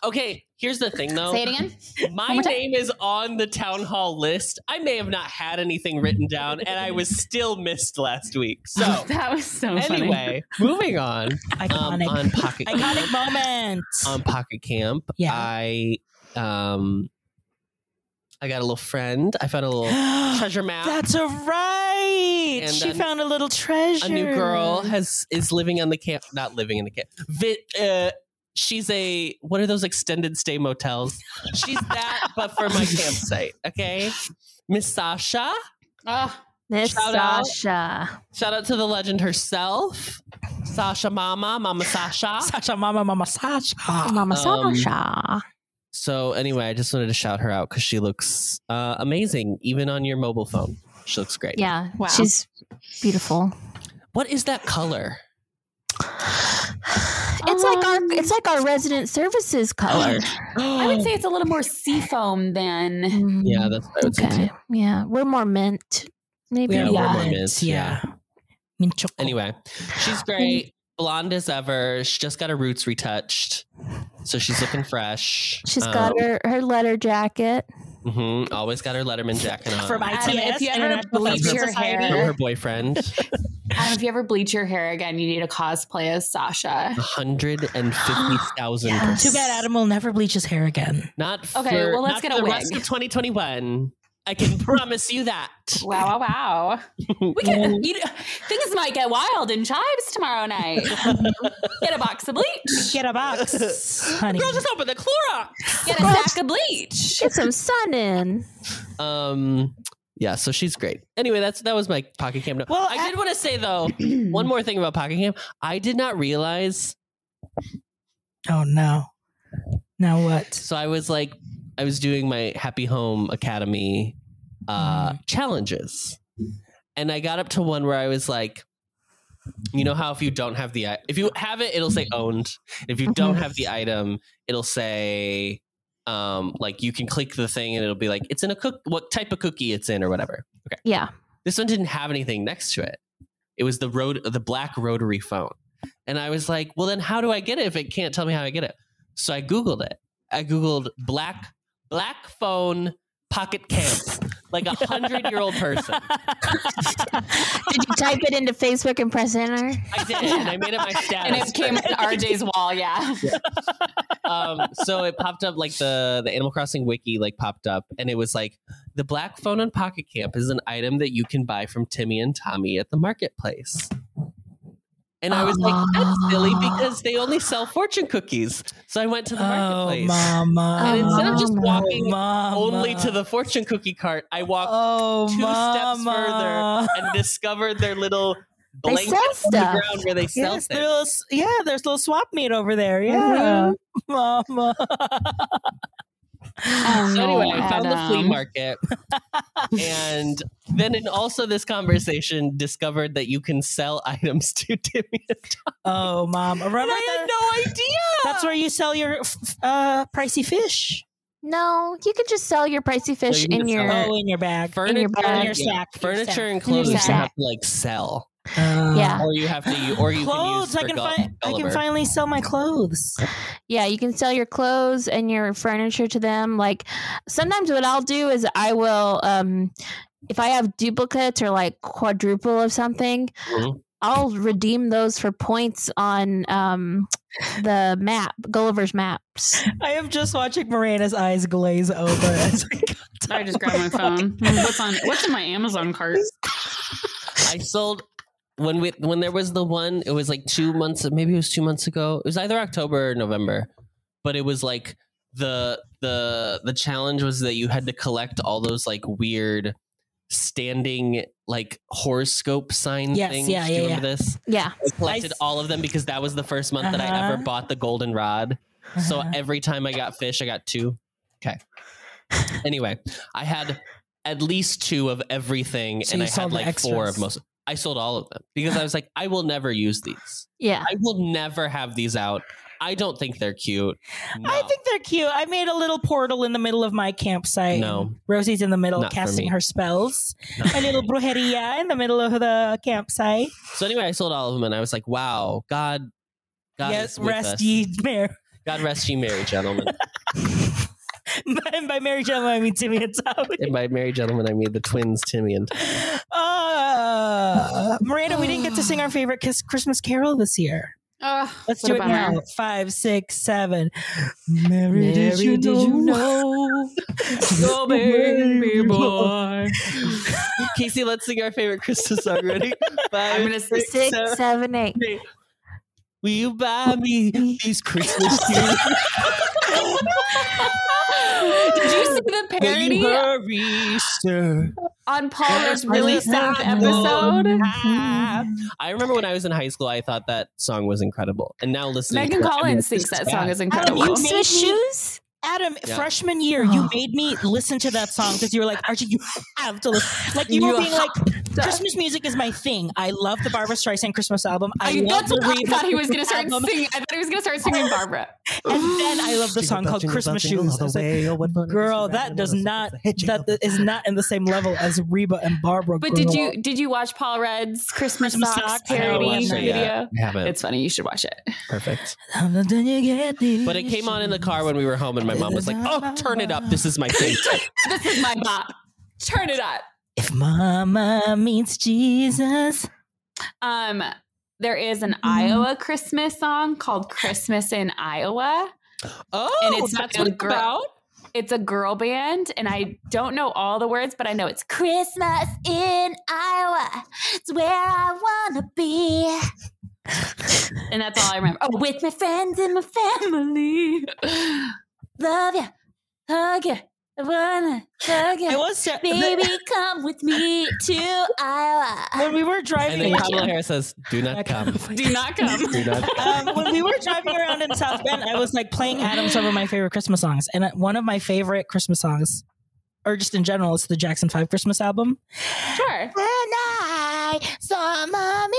[SPEAKER 4] Okay, here's the thing though.
[SPEAKER 2] Say it again.
[SPEAKER 4] My name is on the town hall list. I may have not had anything written down, and I was still missed last week. So,
[SPEAKER 2] that was so funny.
[SPEAKER 4] anyway, moving on. Um,
[SPEAKER 1] iconic,
[SPEAKER 4] on Um, pocket
[SPEAKER 1] iconic moment.
[SPEAKER 4] on pocket camp,
[SPEAKER 1] Yeah.
[SPEAKER 4] I um, I got a little friend. I found a little treasure map.
[SPEAKER 1] That's a right.
[SPEAKER 4] And
[SPEAKER 1] she
[SPEAKER 4] a-
[SPEAKER 1] found a little treasure.
[SPEAKER 4] a new girl has is living on the camp. Not living in the camp. Vi- uh, she's a what are those extended stay motels? She's that, but for my campsite. Okay, Miss Sasha.
[SPEAKER 2] Oh,
[SPEAKER 3] Miss
[SPEAKER 4] Shout out.
[SPEAKER 3] Sasha.
[SPEAKER 4] Shout out to the legend herself, Sasha Mama, Mama Sasha.
[SPEAKER 1] Sasha, mama, mama, Sasha.
[SPEAKER 3] Mama
[SPEAKER 4] Um,
[SPEAKER 3] Sasha.
[SPEAKER 4] So anyway, I just wanted to shout her out because she looks uh, amazing, even on your mobile phone. She looks great.
[SPEAKER 3] Yeah.
[SPEAKER 2] Wow.
[SPEAKER 3] She's beautiful.
[SPEAKER 4] What is that color?
[SPEAKER 3] It's like our
[SPEAKER 2] Um,
[SPEAKER 3] it's like our resident services color.
[SPEAKER 2] I would say it's a little more seafoam than. um,
[SPEAKER 4] yeah, that's what I would say.
[SPEAKER 3] Okay.
[SPEAKER 4] too.
[SPEAKER 3] Yeah. We're more mint. Maybe.
[SPEAKER 1] We
[SPEAKER 4] Yeah,
[SPEAKER 1] are
[SPEAKER 4] we're more
[SPEAKER 1] ones,
[SPEAKER 4] mint,
[SPEAKER 1] Yeah.
[SPEAKER 4] yeah.
[SPEAKER 2] Oh.
[SPEAKER 1] Mint choco.
[SPEAKER 4] Anyway, she's great. blonde as ever. She just got her roots retouched, so she's looking fresh.
[SPEAKER 3] She's got her, her leather jacket.
[SPEAKER 4] hmm always got her Letterman jacket on
[SPEAKER 1] From ITS,
[SPEAKER 2] Adam, if you ever
[SPEAKER 1] International
[SPEAKER 2] bleach
[SPEAKER 1] Festival
[SPEAKER 2] your
[SPEAKER 1] Society.
[SPEAKER 4] From
[SPEAKER 2] hair-
[SPEAKER 4] her boyfriend.
[SPEAKER 2] Adam, if you ever bleach your hair again, you need a cosplay as Sasha.
[SPEAKER 4] hundred and fifty thousand.
[SPEAKER 3] Yes.
[SPEAKER 1] Too bad Adam will never bleach his hair again.
[SPEAKER 4] Not
[SPEAKER 2] Okay,
[SPEAKER 4] for-
[SPEAKER 2] well, let's
[SPEAKER 4] not
[SPEAKER 2] get
[SPEAKER 4] for
[SPEAKER 2] a
[SPEAKER 4] the
[SPEAKER 2] wig.
[SPEAKER 4] rest of 2021. I can promise you that.
[SPEAKER 2] Wow, wow, wow. We can, you, things might get wild in Chives tomorrow night. Get a box of bleach.
[SPEAKER 1] Get a box, honey.
[SPEAKER 4] Girl, just open the Clorox.
[SPEAKER 2] Get a sack of bleach.
[SPEAKER 3] Get some sun in.
[SPEAKER 4] Um, yeah. So she's great. Anyway, that's that was my pocket cam. note.
[SPEAKER 1] Well,
[SPEAKER 4] I,
[SPEAKER 1] I-
[SPEAKER 4] did want to say though one more thing about pocket cam. I did not realize.
[SPEAKER 1] Oh no. Now what?
[SPEAKER 4] So I was like, I was doing my Happy Home Academy uh, challenges, and I got up to one where I was like. You know how if you don't have the i- if you have it, it'll say owned. If you don't have the item, it'll say um like you can click the thing and it'll be like it's in a cook what type of cookie it's in or whatever.
[SPEAKER 3] Yeah.
[SPEAKER 4] This one didn't have anything next to it. It was the road the black rotary phone. And I was like, well then how do I get it if it can't tell me how I get it? So I googled it. I googled black black phone pocket camp. Like a hundred year old person.
[SPEAKER 3] Did you type it into Facebook and press enter?
[SPEAKER 4] I did. And I made it my status.
[SPEAKER 2] And it came on RJ's wall, yeah.
[SPEAKER 4] um, so it popped up like the the Animal Crossing wiki like popped up, and it was like the black phone on Pocket Camp is an item that you can buy from Timmy and Tommy at the marketplace. And I was like, that's silly because they only sell fortune cookies. So I went to the
[SPEAKER 1] Oh,
[SPEAKER 4] marketplace.
[SPEAKER 1] mama.
[SPEAKER 4] And instead of just
[SPEAKER 3] Oh,
[SPEAKER 4] walking
[SPEAKER 1] mama.
[SPEAKER 4] only to the fortune cookie cart, I walked
[SPEAKER 1] oh,
[SPEAKER 4] two steps
[SPEAKER 1] mama.
[SPEAKER 4] further and discovered their little
[SPEAKER 3] Oh. They
[SPEAKER 4] blanket
[SPEAKER 3] sell
[SPEAKER 4] on the
[SPEAKER 3] stuff.
[SPEAKER 4] ground where they sell
[SPEAKER 1] Yes,
[SPEAKER 4] things.
[SPEAKER 1] there's little, s- yeah, there's little swap meet over there. Yeah, mama.
[SPEAKER 2] Oh,
[SPEAKER 4] So anyway, I found the flea
[SPEAKER 2] Adam.
[SPEAKER 4] market, and then in also this conversation discovered that you can sell items to Timmy. And Tom.
[SPEAKER 1] Oh, mom. Remember
[SPEAKER 4] And I had
[SPEAKER 1] the-
[SPEAKER 4] no idea.
[SPEAKER 1] that's where you sell your f- f- uh, pricey fish.
[SPEAKER 3] No, you could just sell your pricey fish
[SPEAKER 4] you can
[SPEAKER 3] in
[SPEAKER 4] just sell
[SPEAKER 3] your.
[SPEAKER 4] it.
[SPEAKER 1] Oh, in your bag.
[SPEAKER 4] Furniture,
[SPEAKER 3] your bag.
[SPEAKER 1] In your sack.
[SPEAKER 4] yeah, furniture and
[SPEAKER 3] In your
[SPEAKER 4] clothes you
[SPEAKER 3] sack.
[SPEAKER 4] have to like sell,
[SPEAKER 3] Yeah.
[SPEAKER 4] or you have to, u- or you
[SPEAKER 1] Uh, clothes. I can
[SPEAKER 4] can use for Gull-
[SPEAKER 1] find. I can
[SPEAKER 4] Gulliver.
[SPEAKER 1] finally sell my clothes.
[SPEAKER 3] Yeah, you can sell your clothes and your furniture to them. Like sometimes what I'll do is I will um if I have duplicates or like quadruple of something,
[SPEAKER 4] Mhm.
[SPEAKER 3] I'll redeem those for points on um the map, Gulliver's maps.
[SPEAKER 1] I am just watching Miranda's eyes glaze over. As we got to-
[SPEAKER 2] I just grabbed my phone. What's on what's in my Amazon cart?
[SPEAKER 4] I sold when we when there was the one. It was like two months. Maybe it was two months ago. It was either October or November, but it was like the the the challenge was that you had to collect all those like weird standing like horoscope sign
[SPEAKER 1] Yes,
[SPEAKER 4] things.
[SPEAKER 1] yeah,
[SPEAKER 4] Do you
[SPEAKER 1] yeah,
[SPEAKER 4] remember this?
[SPEAKER 3] Yeah.
[SPEAKER 4] I collected
[SPEAKER 1] s-
[SPEAKER 4] all of them because that was the first month that I
[SPEAKER 1] Uh-huh.
[SPEAKER 4] ever bought the golden rod. So every time I got fish, I got two. Okay. Anyway, I had at least two of everything,
[SPEAKER 1] So
[SPEAKER 4] and
[SPEAKER 1] you
[SPEAKER 4] I
[SPEAKER 1] sold
[SPEAKER 4] had
[SPEAKER 1] the
[SPEAKER 4] like four of
[SPEAKER 1] extras.
[SPEAKER 4] most. I sold all of them because I was like, I will never use these.
[SPEAKER 3] Yeah.
[SPEAKER 4] I will never have these out. I don't think they're cute.
[SPEAKER 1] I
[SPEAKER 4] No.
[SPEAKER 1] think they're cute. I made a little portal in the middle of my campsite.
[SPEAKER 4] No.
[SPEAKER 1] Rosie's in the middle
[SPEAKER 4] Not for
[SPEAKER 1] casting
[SPEAKER 4] me.
[SPEAKER 1] her spells.
[SPEAKER 4] No.
[SPEAKER 1] A little brujeria in the middle of the campsite.
[SPEAKER 4] so. Anyway, I sold all of them, and I was like, wow, God, God
[SPEAKER 1] yes,
[SPEAKER 4] is with
[SPEAKER 1] rest
[SPEAKER 4] us.
[SPEAKER 1] ye Mary.
[SPEAKER 4] God rest ye, merry gentlemen.
[SPEAKER 1] and by Mary Jo, I mean Timmy and Tommy.
[SPEAKER 4] and by merry gentlemen, I mean the twins, Timmy and
[SPEAKER 1] Uh, Miranda, we didn't get to sing our favorite kiss Christmas carol this year.
[SPEAKER 2] Ugh,
[SPEAKER 1] Let's
[SPEAKER 2] what
[SPEAKER 1] do
[SPEAKER 2] a
[SPEAKER 1] it
[SPEAKER 2] bummer.
[SPEAKER 1] now. Five, six, seven. Mary, did you know?
[SPEAKER 2] know? Your baby boy.
[SPEAKER 4] Casey. Let's sing our favorite Christmas song. Ready?
[SPEAKER 2] I'm
[SPEAKER 4] Bye.
[SPEAKER 2] gonna say
[SPEAKER 3] Six, seven, eight.
[SPEAKER 4] seven, Will you buy me these Christmas trees?
[SPEAKER 2] Did you see the
[SPEAKER 4] Will you
[SPEAKER 2] parody
[SPEAKER 4] hurry, sir?
[SPEAKER 2] on Paul Rudd's
[SPEAKER 4] Will
[SPEAKER 2] really
[SPEAKER 4] you
[SPEAKER 2] sad
[SPEAKER 4] have
[SPEAKER 2] episode?
[SPEAKER 4] no time? I remember when I was in high school, I thought that song was incredible, and now listening,
[SPEAKER 2] Megan
[SPEAKER 4] to it, I'm
[SPEAKER 2] Collins
[SPEAKER 4] like,
[SPEAKER 2] thinks
[SPEAKER 4] this
[SPEAKER 2] that song
[SPEAKER 4] bad.
[SPEAKER 2] is
[SPEAKER 1] Adam,
[SPEAKER 2] incredible.
[SPEAKER 1] you
[SPEAKER 3] Boots
[SPEAKER 1] made
[SPEAKER 3] with
[SPEAKER 1] me-
[SPEAKER 3] shoes?
[SPEAKER 1] Adam,
[SPEAKER 4] Yeah.
[SPEAKER 1] Oh. freshman year, you made me listen to that song because you were like, Archie, you absolutely. Like you were
[SPEAKER 2] You
[SPEAKER 1] being like, Christmas music is my thing. I love the Barbara Streisand Christmas album. I,
[SPEAKER 2] I,
[SPEAKER 1] love
[SPEAKER 2] that's
[SPEAKER 1] the
[SPEAKER 2] what I
[SPEAKER 1] Reba
[SPEAKER 2] thought he was going to
[SPEAKER 1] Christmas
[SPEAKER 2] start
[SPEAKER 1] album.
[SPEAKER 2] singing. I thought he was going to start singing Barbara.
[SPEAKER 1] And then I love the song called Christmas Shoes. I was like, girl, that does not that is not in the same level as Reba and Barbara.
[SPEAKER 2] But did
[SPEAKER 1] girl.
[SPEAKER 2] you did you watch Paul Rudd's Christmas,
[SPEAKER 1] Christmas
[SPEAKER 2] socks,
[SPEAKER 1] socks. I haven't
[SPEAKER 2] parody
[SPEAKER 1] watched it
[SPEAKER 2] video?
[SPEAKER 1] yet.
[SPEAKER 4] Have it.
[SPEAKER 2] It's funny. You should watch it.
[SPEAKER 4] perfect.
[SPEAKER 1] Then you get these
[SPEAKER 4] But it came on in the car when we were home, and my mom was like, "Oh, turn it up. This is my thing."
[SPEAKER 2] this is my bop. Turn it up.
[SPEAKER 1] If mama means Jesus.
[SPEAKER 2] Um, there is
[SPEAKER 4] Mm-hmm.
[SPEAKER 2] an Iowa Christmas song called "Christmas in Iowa."
[SPEAKER 4] Oh,
[SPEAKER 2] And it's
[SPEAKER 4] that's
[SPEAKER 2] a
[SPEAKER 4] what it's
[SPEAKER 2] girl-
[SPEAKER 4] about.
[SPEAKER 2] It's a girl band, and I don't know all the words, but I know it's Christmas in Iowa. It's where I wanna be. and that's all I remember. Oh, with my friends and my family. Love ya, hug ya, I wanna hug
[SPEAKER 1] It
[SPEAKER 2] ya.
[SPEAKER 1] was ser-
[SPEAKER 2] Baby, come with me to Iowa.
[SPEAKER 1] when we were driving
[SPEAKER 4] And then
[SPEAKER 1] around-
[SPEAKER 4] Kamala Harris says, "Do not come.
[SPEAKER 2] Do not come.
[SPEAKER 4] Do not come."
[SPEAKER 1] um, when we were driving around in South Bend, I was like playing Adam some of my favorite Christmas songs, and uh, one of my favorite Christmas songs, or just in general, is the Jackson Five Christmas album.
[SPEAKER 2] Sure.
[SPEAKER 1] And I saw mommy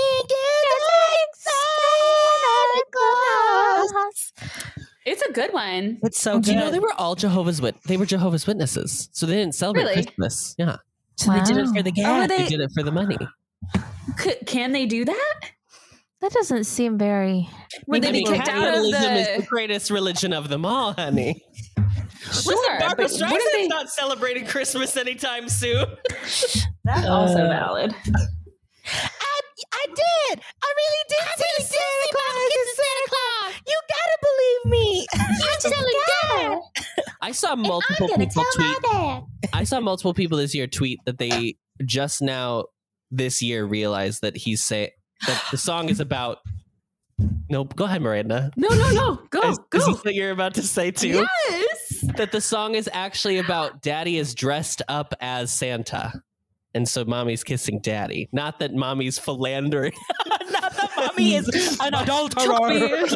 [SPEAKER 2] It's a good one.
[SPEAKER 1] It's so
[SPEAKER 4] Do
[SPEAKER 1] good.
[SPEAKER 4] you know they were all Jehovah's Wit? They were Jehovah's Witnesses, so they didn't celebrate
[SPEAKER 2] Really?
[SPEAKER 4] Christmas. Yeah,
[SPEAKER 1] so they did it
[SPEAKER 3] Wow.
[SPEAKER 1] for the
[SPEAKER 2] Oh,
[SPEAKER 1] gas.
[SPEAKER 2] were
[SPEAKER 4] they
[SPEAKER 2] they,
[SPEAKER 4] did it for the money.
[SPEAKER 2] c- can they do that?
[SPEAKER 3] That doesn't seem very.
[SPEAKER 2] Would they be
[SPEAKER 1] Maybe
[SPEAKER 2] kicked out of
[SPEAKER 4] capitalism is the
[SPEAKER 2] the?
[SPEAKER 4] greatest religion of them all, honey.
[SPEAKER 2] Sure,
[SPEAKER 4] Barbara
[SPEAKER 2] but what if
[SPEAKER 4] Streisand's
[SPEAKER 2] they-
[SPEAKER 4] not celebrating Christmas anytime soon.
[SPEAKER 2] That's also
[SPEAKER 1] Uh,
[SPEAKER 2] valid.
[SPEAKER 1] I did. I really did. I really did. Santa Claus. You gotta believe me.
[SPEAKER 4] I saw multiple people tweet. I saw multiple people this year tweet that they just now this year realized that he's say that the song is about. No, go ahead, Miranda.
[SPEAKER 2] No, no, no. Go,
[SPEAKER 4] is,
[SPEAKER 2] go.
[SPEAKER 4] is this what you're about to say too?
[SPEAKER 2] Yes.
[SPEAKER 4] That the song is actually about Daddy is dressed up as Santa, and so Mommy's kissing Daddy. Not that Mommy's philandering.
[SPEAKER 1] Not that mommy is an
[SPEAKER 2] Took me.
[SPEAKER 1] adulterer.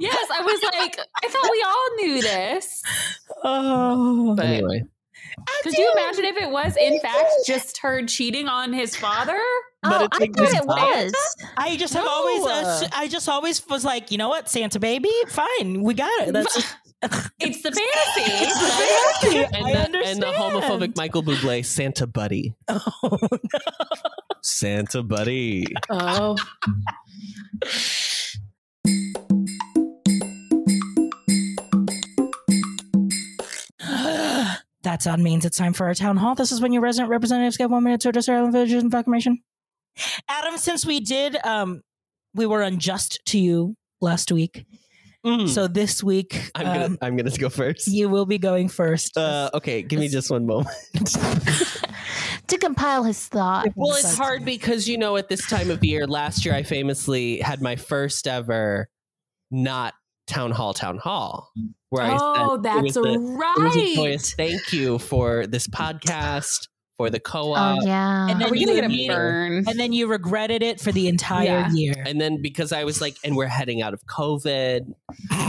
[SPEAKER 2] yes, I was like, I thought we all knew this.
[SPEAKER 1] Oh.
[SPEAKER 2] But
[SPEAKER 4] anyway,
[SPEAKER 2] could you imagine if it was, in fact, just her cheating on his father?
[SPEAKER 3] Oh, I
[SPEAKER 4] exists.
[SPEAKER 3] thought it was.
[SPEAKER 1] I just have
[SPEAKER 2] No.
[SPEAKER 1] always, uh, I just always was like, you know what, Santa baby, fine, we got it. That's
[SPEAKER 2] It's the fantasy.
[SPEAKER 1] It's the fantasy.
[SPEAKER 4] And
[SPEAKER 1] I
[SPEAKER 4] the, and the homophobic
[SPEAKER 1] understand.
[SPEAKER 4] Michael Bublé Santa Buddy.
[SPEAKER 1] oh,
[SPEAKER 4] Santa Buddy.
[SPEAKER 2] Oh.
[SPEAKER 1] That sound means it's time for our town hall. This is when your resident representatives get one minute to address our own villages and proclamation. Adam, since we did, um, we were unjust to you last week,
[SPEAKER 4] Mm.
[SPEAKER 1] so this week
[SPEAKER 4] I'm gonna
[SPEAKER 1] um,
[SPEAKER 4] I'm gonna go first.
[SPEAKER 1] you will be going first.
[SPEAKER 4] Uh, okay, give me just one moment.
[SPEAKER 3] To compile his thought.
[SPEAKER 4] Well, it's hard because you know at this time of year, last year I famously had my first ever not town hall town hall where I
[SPEAKER 2] Oh,
[SPEAKER 4] said it was
[SPEAKER 2] that's
[SPEAKER 4] a- it was a
[SPEAKER 2] right.
[SPEAKER 4] joyous thank you for this podcast for the co-op.
[SPEAKER 3] Oh, yeah.
[SPEAKER 1] and
[SPEAKER 2] Are
[SPEAKER 1] then
[SPEAKER 2] we
[SPEAKER 1] you
[SPEAKER 2] gonna get a
[SPEAKER 1] immediately-
[SPEAKER 2] burn?
[SPEAKER 1] and then you regretted it for the entire
[SPEAKER 2] Yeah.
[SPEAKER 1] year.
[SPEAKER 4] And then because I was like, and we're heading out of COVID,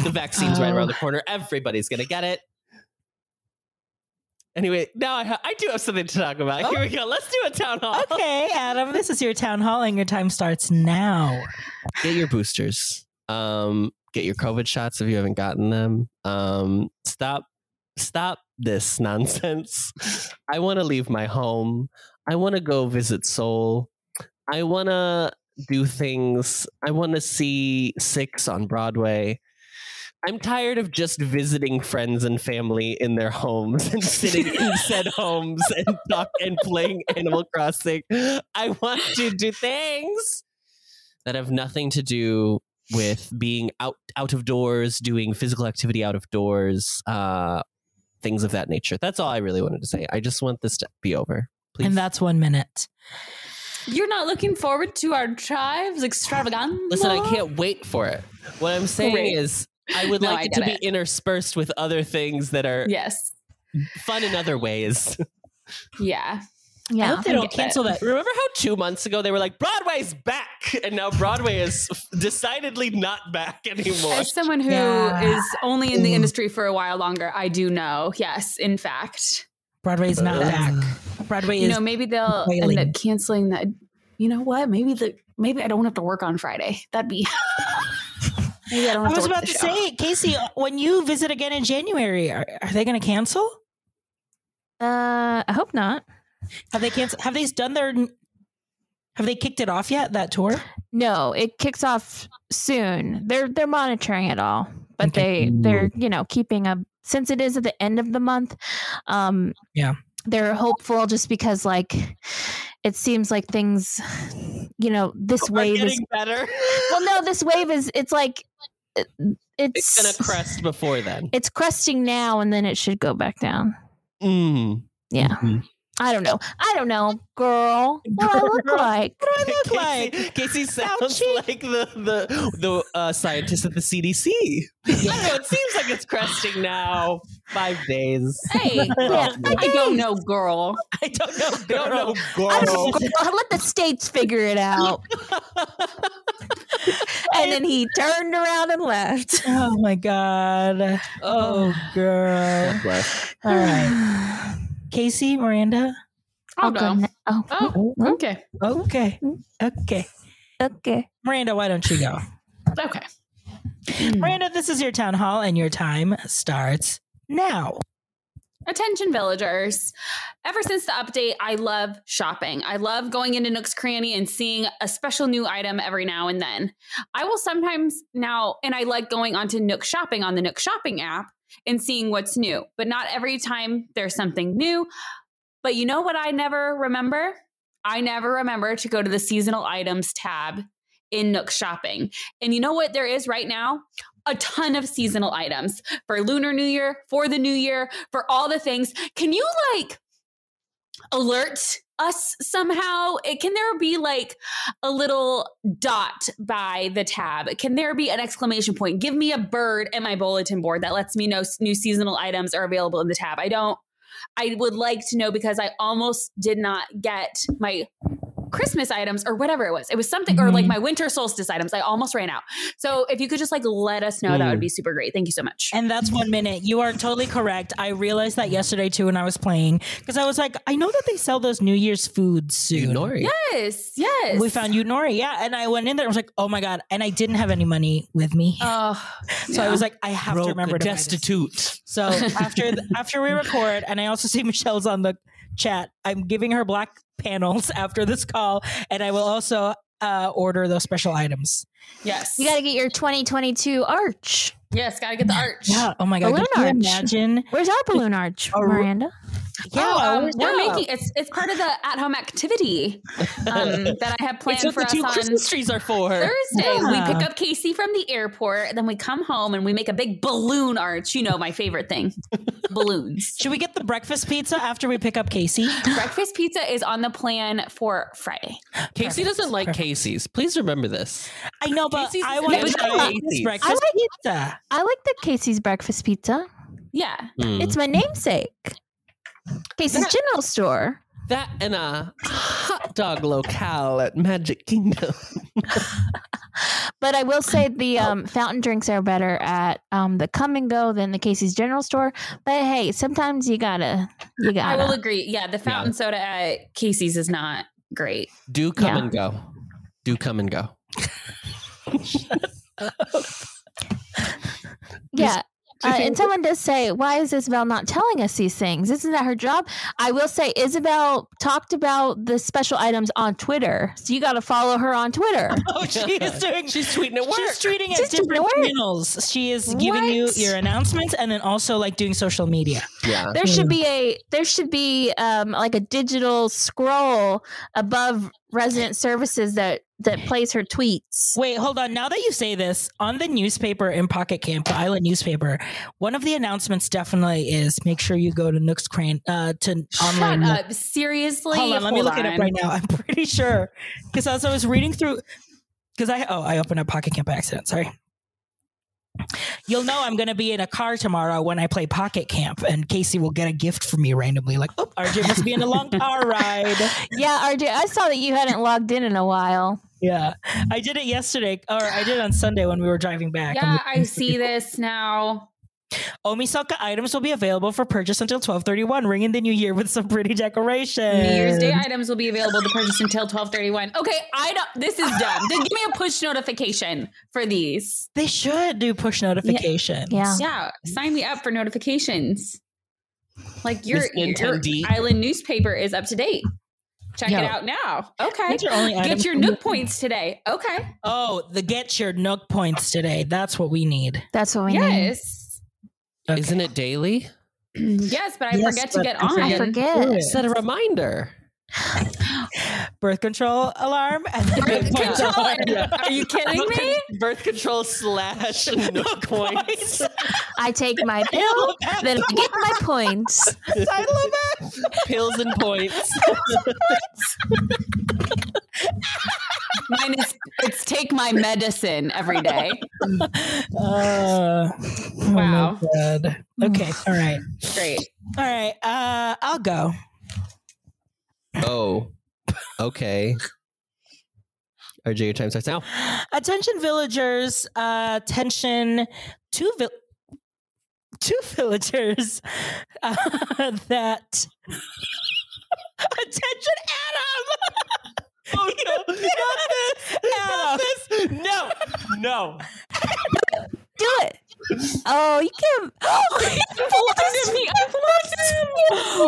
[SPEAKER 4] the vaccine's right around the corner. Everybody's gonna get it. Anyway, now I, ha- I do have something to talk about. Here we go. Let's do a town hall.
[SPEAKER 1] Okay, Adam, this is your town hall, and your time starts now.
[SPEAKER 4] Get your boosters. Um, get your COVID shots if you haven't gotten them. Um, stop, stop this nonsense. I want to leave my home. I want to go visit Seoul. I want to do things. I want to see Six on Broadway. I'm tired of just visiting friends and family in their homes and sitting in said homes and talk and playing Animal Crossing. I want to do things that have nothing to do with being out out of doors, doing physical activity out of doors, uh, things of that nature. That's all I really wanted to say. I just want this to be over. Please.
[SPEAKER 1] And that's one minute.
[SPEAKER 2] You're not looking forward to our tribe's extravaganza?
[SPEAKER 4] Listen, I can't wait for it. What I'm saying
[SPEAKER 2] Great.
[SPEAKER 4] is I would
[SPEAKER 2] No,
[SPEAKER 4] like
[SPEAKER 2] I
[SPEAKER 4] it to
[SPEAKER 2] get
[SPEAKER 4] be
[SPEAKER 2] it.
[SPEAKER 4] interspersed with other things that are
[SPEAKER 2] Yes.
[SPEAKER 4] fun in other ways.
[SPEAKER 2] Yeah.
[SPEAKER 1] I
[SPEAKER 3] yeah.
[SPEAKER 1] hope they
[SPEAKER 2] I
[SPEAKER 1] don't
[SPEAKER 2] get that.
[SPEAKER 1] cancel that.
[SPEAKER 4] Remember how two months ago they were like, Broadway's back, and now Broadway is decidedly not back anymore.
[SPEAKER 2] As someone who is
[SPEAKER 1] Yeah.
[SPEAKER 2] only in the
[SPEAKER 1] Mm.
[SPEAKER 2] industry for a while longer, I do know. Yes, in fact.
[SPEAKER 1] Broadway's not
[SPEAKER 4] Uh,
[SPEAKER 1] back. Broadway
[SPEAKER 2] you
[SPEAKER 1] is
[SPEAKER 2] know, maybe they'll
[SPEAKER 1] wailing.
[SPEAKER 2] end up canceling that. You know what? Maybe the maybe I don't have to work on Friday. That'd be maybe I don't.
[SPEAKER 1] I
[SPEAKER 2] Have
[SPEAKER 1] was
[SPEAKER 2] to work
[SPEAKER 1] about
[SPEAKER 2] the
[SPEAKER 1] to
[SPEAKER 2] show.
[SPEAKER 1] say, Casey, uh, when you visit again in January, are, are they going to cancel?
[SPEAKER 3] Uh, I hope not.
[SPEAKER 1] Have they canceled? Have they done their? Have they kicked it off yet? That tour?
[SPEAKER 3] No, it kicks off soon. They're they're monitoring it all, but
[SPEAKER 1] Okay.
[SPEAKER 3] they they're you know keeping a since it is at the end of the month. Um,
[SPEAKER 1] Yeah.
[SPEAKER 3] they're hopeful just because like it seems like things, you know, this wave is
[SPEAKER 4] better.
[SPEAKER 3] well, no, this wave is it's like it-
[SPEAKER 4] It's gonna crest before then.
[SPEAKER 3] it's cresting now, and then it should go back down.
[SPEAKER 4] Mm.
[SPEAKER 3] Yeah.
[SPEAKER 4] Mhm.
[SPEAKER 3] I don't know. I don't know, girl. What do I look
[SPEAKER 1] Girl.
[SPEAKER 3] like?
[SPEAKER 1] What do I look
[SPEAKER 4] Casey,
[SPEAKER 1] like?
[SPEAKER 4] Casey sounds
[SPEAKER 1] Fauci.
[SPEAKER 4] like the the the uh, scientist at the CDC. I don't know. It seems like it's cresting now. Five days.
[SPEAKER 2] Hey,
[SPEAKER 1] Oh,
[SPEAKER 3] Yeah,
[SPEAKER 2] I don't know, girl.
[SPEAKER 1] I don't know.
[SPEAKER 4] I don't know,
[SPEAKER 3] I don't know,
[SPEAKER 4] girl.
[SPEAKER 3] girl. Let the states figure it out. and then he turned around and left.
[SPEAKER 1] Oh my god. Oh girl. All right. Casey, Miranda.
[SPEAKER 2] I'll
[SPEAKER 3] go
[SPEAKER 2] go.
[SPEAKER 3] ne- Oh,
[SPEAKER 2] Oh.
[SPEAKER 3] mm,
[SPEAKER 2] Okay.
[SPEAKER 1] Okay. Okay.
[SPEAKER 3] okay.
[SPEAKER 1] Miranda, why don't you go?
[SPEAKER 2] Okay.
[SPEAKER 1] Miranda, this is your town hall, and your time starts now.
[SPEAKER 2] Attention villagers. Ever since the update, I love shopping. I love going into Nook's Cranny and seeing a special new item every now and then. I will sometimes now, and I like going onto Nook Shopping on the Nook Shopping app and seeing what's new, but not every time there's something new. But you know what I never remember? I never remember to go to the seasonal items tab in Nook Shopping. And you know what there is right now? A ton of seasonal items for Lunar New Year, for the New Year, for all the things. Can you like alert us somehow? It, can there be like a little dot by the tab? Can there be an exclamation point? Give me a bird at my bulletin board that lets me know s- new seasonal items are available in the tab. I don't. I would like to know because I almost did not get my Christmas items or whatever it was. It was something or like
[SPEAKER 1] Mhm.
[SPEAKER 2] my winter solstice items. I almost ran out. So if you could just like let us know,
[SPEAKER 1] Mm.
[SPEAKER 2] that would be super great. Thank you so much.
[SPEAKER 1] And that's one minute. You are totally correct. I realized that yesterday too when I was playing because I was like, I know that they sell those New Year's foods soon.
[SPEAKER 4] Nori.
[SPEAKER 2] Yes, yes.
[SPEAKER 1] We found Nori, yeah. And I went in there. I was like, oh my god! And I didn't have any money with me,
[SPEAKER 2] Oh,
[SPEAKER 1] so I was like, I have to
[SPEAKER 4] Broke,
[SPEAKER 1] remember to buy this.
[SPEAKER 4] destitute.
[SPEAKER 1] So after th- after we record, and I also see Michelle's on the chat. I'm giving her black panels after this call, and I will also uh, order those special items.
[SPEAKER 2] yes.
[SPEAKER 3] You got to get your 2022 arch.
[SPEAKER 2] yes, gotta get the arch.
[SPEAKER 1] Oh my god!
[SPEAKER 3] Balloon
[SPEAKER 1] Can you
[SPEAKER 3] arch.
[SPEAKER 1] imagine?
[SPEAKER 3] Where's our balloon arch,
[SPEAKER 1] A ro-
[SPEAKER 3] Miranda?
[SPEAKER 1] Yeah,
[SPEAKER 2] oh, um,
[SPEAKER 1] where's
[SPEAKER 2] we're
[SPEAKER 1] that?
[SPEAKER 2] making it's it's part of the at home activity um, that I have
[SPEAKER 1] It's
[SPEAKER 2] planned
[SPEAKER 1] what
[SPEAKER 2] for
[SPEAKER 1] the
[SPEAKER 2] us
[SPEAKER 1] two
[SPEAKER 2] on
[SPEAKER 1] Christmas trees are for.
[SPEAKER 2] Thursday. We
[SPEAKER 1] Yeah.
[SPEAKER 2] pick up Casey from the airport, then we come home and we make a big balloon arch. You know my favorite thing, balloons.
[SPEAKER 1] Should we get the breakfast pizza after we pick up Casey?
[SPEAKER 2] Breakfast pizza is on the plan for Friday.
[SPEAKER 4] Casey doesn't like
[SPEAKER 1] Perfect.
[SPEAKER 4] Casey's. Please remember this.
[SPEAKER 1] I know, but
[SPEAKER 4] Casey's
[SPEAKER 1] I
[SPEAKER 4] is
[SPEAKER 1] want to
[SPEAKER 2] amazing.
[SPEAKER 1] try this
[SPEAKER 4] Casey's.
[SPEAKER 1] breakfast pizza.
[SPEAKER 3] I like the Casey's breakfast pizza.
[SPEAKER 2] Yeah,
[SPEAKER 1] Mm.
[SPEAKER 3] It's my namesake. Casey's General Store.
[SPEAKER 4] that and a hot dog locale at Magic Kingdom.
[SPEAKER 3] But I will say the um, fountain drinks are better at um, the come and go than the Casey's General Store. But hey, sometimes you gotta, you
[SPEAKER 2] I
[SPEAKER 3] gotta.
[SPEAKER 2] will agree. Yeah, the fountain soda at Casey's is not great.
[SPEAKER 4] Do come
[SPEAKER 3] Yeah.
[SPEAKER 4] and go. Do come and go.
[SPEAKER 3] yeah. Uh, and someone does say, "Why is Isabel not telling us these things? Isn't that her job?" I will say, Isabel talked about the special items on Twitter, so you got to follow her on Twitter.
[SPEAKER 1] Oh, she is doing.
[SPEAKER 4] She's tweeting at work.
[SPEAKER 1] She's tweeting at
[SPEAKER 3] She's doing
[SPEAKER 1] different
[SPEAKER 3] work.
[SPEAKER 1] channels. She is giving you
[SPEAKER 3] What?
[SPEAKER 1] your announcements and then also like doing social media.
[SPEAKER 4] yeah.
[SPEAKER 3] There should be a there should be um, like a digital scroll above resident services that that plays her tweets.
[SPEAKER 1] Wait, hold on. Now that you say this, on the newspaper in Pocket Camp, the Island newspaper, one of the announcements definitely is make sure you go to Nooks Crane uh, to online.
[SPEAKER 2] Shut up. Seriously.
[SPEAKER 1] Hold on, let me
[SPEAKER 2] Hold
[SPEAKER 1] look it up
[SPEAKER 2] on.
[SPEAKER 1] right now. I'm pretty sure because as I was reading through, because I oh I opened up Pocket Camp by accident. Sorry. You'll know I'm going to be in a car tomorrow when I play Pocket Camp, and Casey will get a gift from me randomly. Like, oh, RJ must be in a long car ride.
[SPEAKER 3] Yeah, RJ, I saw that you hadn't logged in in a while.
[SPEAKER 1] Yeah, I did it yesterday, or I did it on Sunday when we were driving back.
[SPEAKER 2] Yeah, I see this now.
[SPEAKER 1] Omisaka items will be available for purchase until 1231. Ring in the new year with some pretty decorations.
[SPEAKER 2] New Year's Day items will be available to purchase until 1231. Okay, I don't this is dumb. Then give me a push notification for these.
[SPEAKER 1] They should do push notifications.
[SPEAKER 3] Yeah.
[SPEAKER 2] Yeah, sign me up for notifications. Like your,
[SPEAKER 4] Miss
[SPEAKER 2] your
[SPEAKER 4] Nintendo.
[SPEAKER 2] island newspaper is up to date. Check
[SPEAKER 1] Yeah.
[SPEAKER 2] it out now. Okay.
[SPEAKER 1] These are only
[SPEAKER 2] Get
[SPEAKER 1] items
[SPEAKER 2] your
[SPEAKER 1] from-
[SPEAKER 2] nook points today. Okay.
[SPEAKER 1] Oh, the get your nook points today. That's what we need.
[SPEAKER 3] That's what we need.
[SPEAKER 2] Yes.
[SPEAKER 1] Okay.
[SPEAKER 4] Isn't it daily?
[SPEAKER 2] Yes, but I
[SPEAKER 1] Yes,
[SPEAKER 2] forget to
[SPEAKER 1] but
[SPEAKER 2] get
[SPEAKER 1] I
[SPEAKER 2] on.
[SPEAKER 3] I forget.
[SPEAKER 1] Yes.
[SPEAKER 4] Set a reminder.
[SPEAKER 1] Birth control alarm and then
[SPEAKER 2] Birth
[SPEAKER 1] nook points
[SPEAKER 2] control
[SPEAKER 1] alarm.
[SPEAKER 2] and- Are you kidding me?
[SPEAKER 4] Birth control slash nook points.
[SPEAKER 3] I take my pill,
[SPEAKER 1] Ew, that's
[SPEAKER 3] then I get my points.
[SPEAKER 1] the title of it.
[SPEAKER 4] Pills and points.
[SPEAKER 2] Mine is it's take my medicine every day.
[SPEAKER 1] Uh,
[SPEAKER 2] Wow.
[SPEAKER 1] wow. Okay. All right.
[SPEAKER 2] Great.
[SPEAKER 1] All right. Uh, I'll go.
[SPEAKER 4] Oh, okay. RJ, your time starts now.
[SPEAKER 1] Attention villagers, uh, attention two vi- two villagers uh, that attention Adam. Oh no, not this. Adam.
[SPEAKER 4] No, no.
[SPEAKER 3] Do it. Oh, you can't.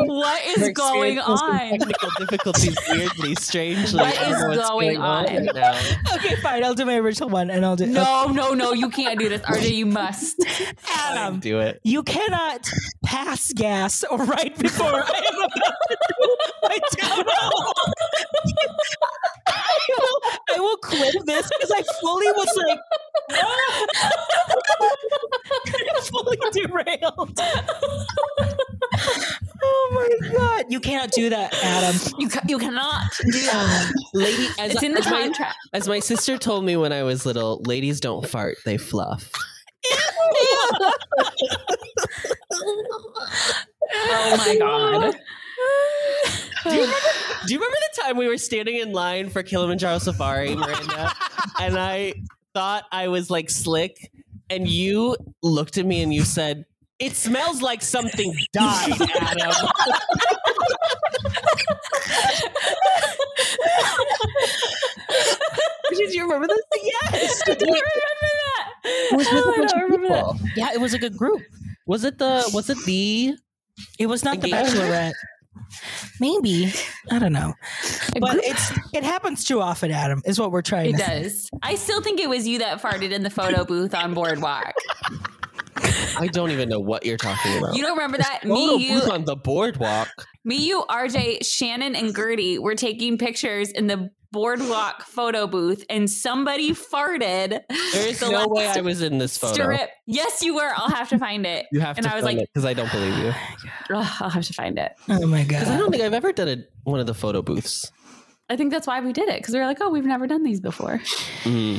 [SPEAKER 2] What is going on?
[SPEAKER 4] Technical difficulties, weirdly, strangely.
[SPEAKER 2] What
[SPEAKER 4] I don't
[SPEAKER 2] is
[SPEAKER 4] know what's
[SPEAKER 2] going on?
[SPEAKER 4] right now.
[SPEAKER 1] Okay, fine. I'll do my original one and I'll do
[SPEAKER 2] No, no, no, you can't do this. RJ, you must.
[SPEAKER 1] Adam.
[SPEAKER 4] Do it.
[SPEAKER 1] You cannot pass gas right before I am about to do my town hall. I will, I will quit this because I fully was like, fully derailed. oh my god! You cannot do that, Adam.
[SPEAKER 2] You ca- you cannot do that.
[SPEAKER 4] Lady, as,
[SPEAKER 2] It's in the
[SPEAKER 4] as my,
[SPEAKER 2] contract.
[SPEAKER 4] as my sister told me when I was little, ladies don't fart, they fluff.
[SPEAKER 2] Oh my god.
[SPEAKER 4] Do you, remember, do you remember the time we were standing in line for Kilimanjaro Safari, Miranda? and I thought I was like slick, and you looked at me and you said, It smells like something died, Adam.
[SPEAKER 1] Did you remember this? Yes.
[SPEAKER 2] I don't remember that.
[SPEAKER 1] Was with a
[SPEAKER 2] Oh, I
[SPEAKER 1] bunch
[SPEAKER 2] don't
[SPEAKER 1] of
[SPEAKER 2] remember that.
[SPEAKER 4] Well,
[SPEAKER 1] Yeah, it was a good group.
[SPEAKER 4] Was it the was it the
[SPEAKER 1] It was not the
[SPEAKER 4] Engagement?
[SPEAKER 1] Bachelorette. Maybe I don't know,
[SPEAKER 2] A
[SPEAKER 1] but
[SPEAKER 2] group-
[SPEAKER 1] it's it happens too often. Adam is what we're trying
[SPEAKER 2] It
[SPEAKER 1] to.
[SPEAKER 2] does. I still think it was you that farted in the photo booth on Boardwalk.
[SPEAKER 4] I don't even know what you're talking about.
[SPEAKER 2] You don't remember that?
[SPEAKER 4] Photo
[SPEAKER 2] Me, you,
[SPEAKER 4] booth on the boardwalk.
[SPEAKER 2] me, you, RJ, Shannon, and Gertie were taking pictures in the Boardwalk photo booth, and somebody farted.
[SPEAKER 4] There is
[SPEAKER 2] the
[SPEAKER 4] no way
[SPEAKER 2] last
[SPEAKER 4] I was in this photo.
[SPEAKER 2] Strip. Yes, you were. I'll have to find it.
[SPEAKER 4] You have
[SPEAKER 2] And
[SPEAKER 4] to
[SPEAKER 2] I was
[SPEAKER 4] find
[SPEAKER 2] like-
[SPEAKER 4] because I don't believe you.
[SPEAKER 2] Ugh, I'll have to find it.
[SPEAKER 1] Oh my
[SPEAKER 4] Because I
[SPEAKER 1] god!
[SPEAKER 4] don't think I've ever done a, one of the photo booths.
[SPEAKER 2] I think that's why we did it because we were like, oh, we've never done these before.
[SPEAKER 4] Mm.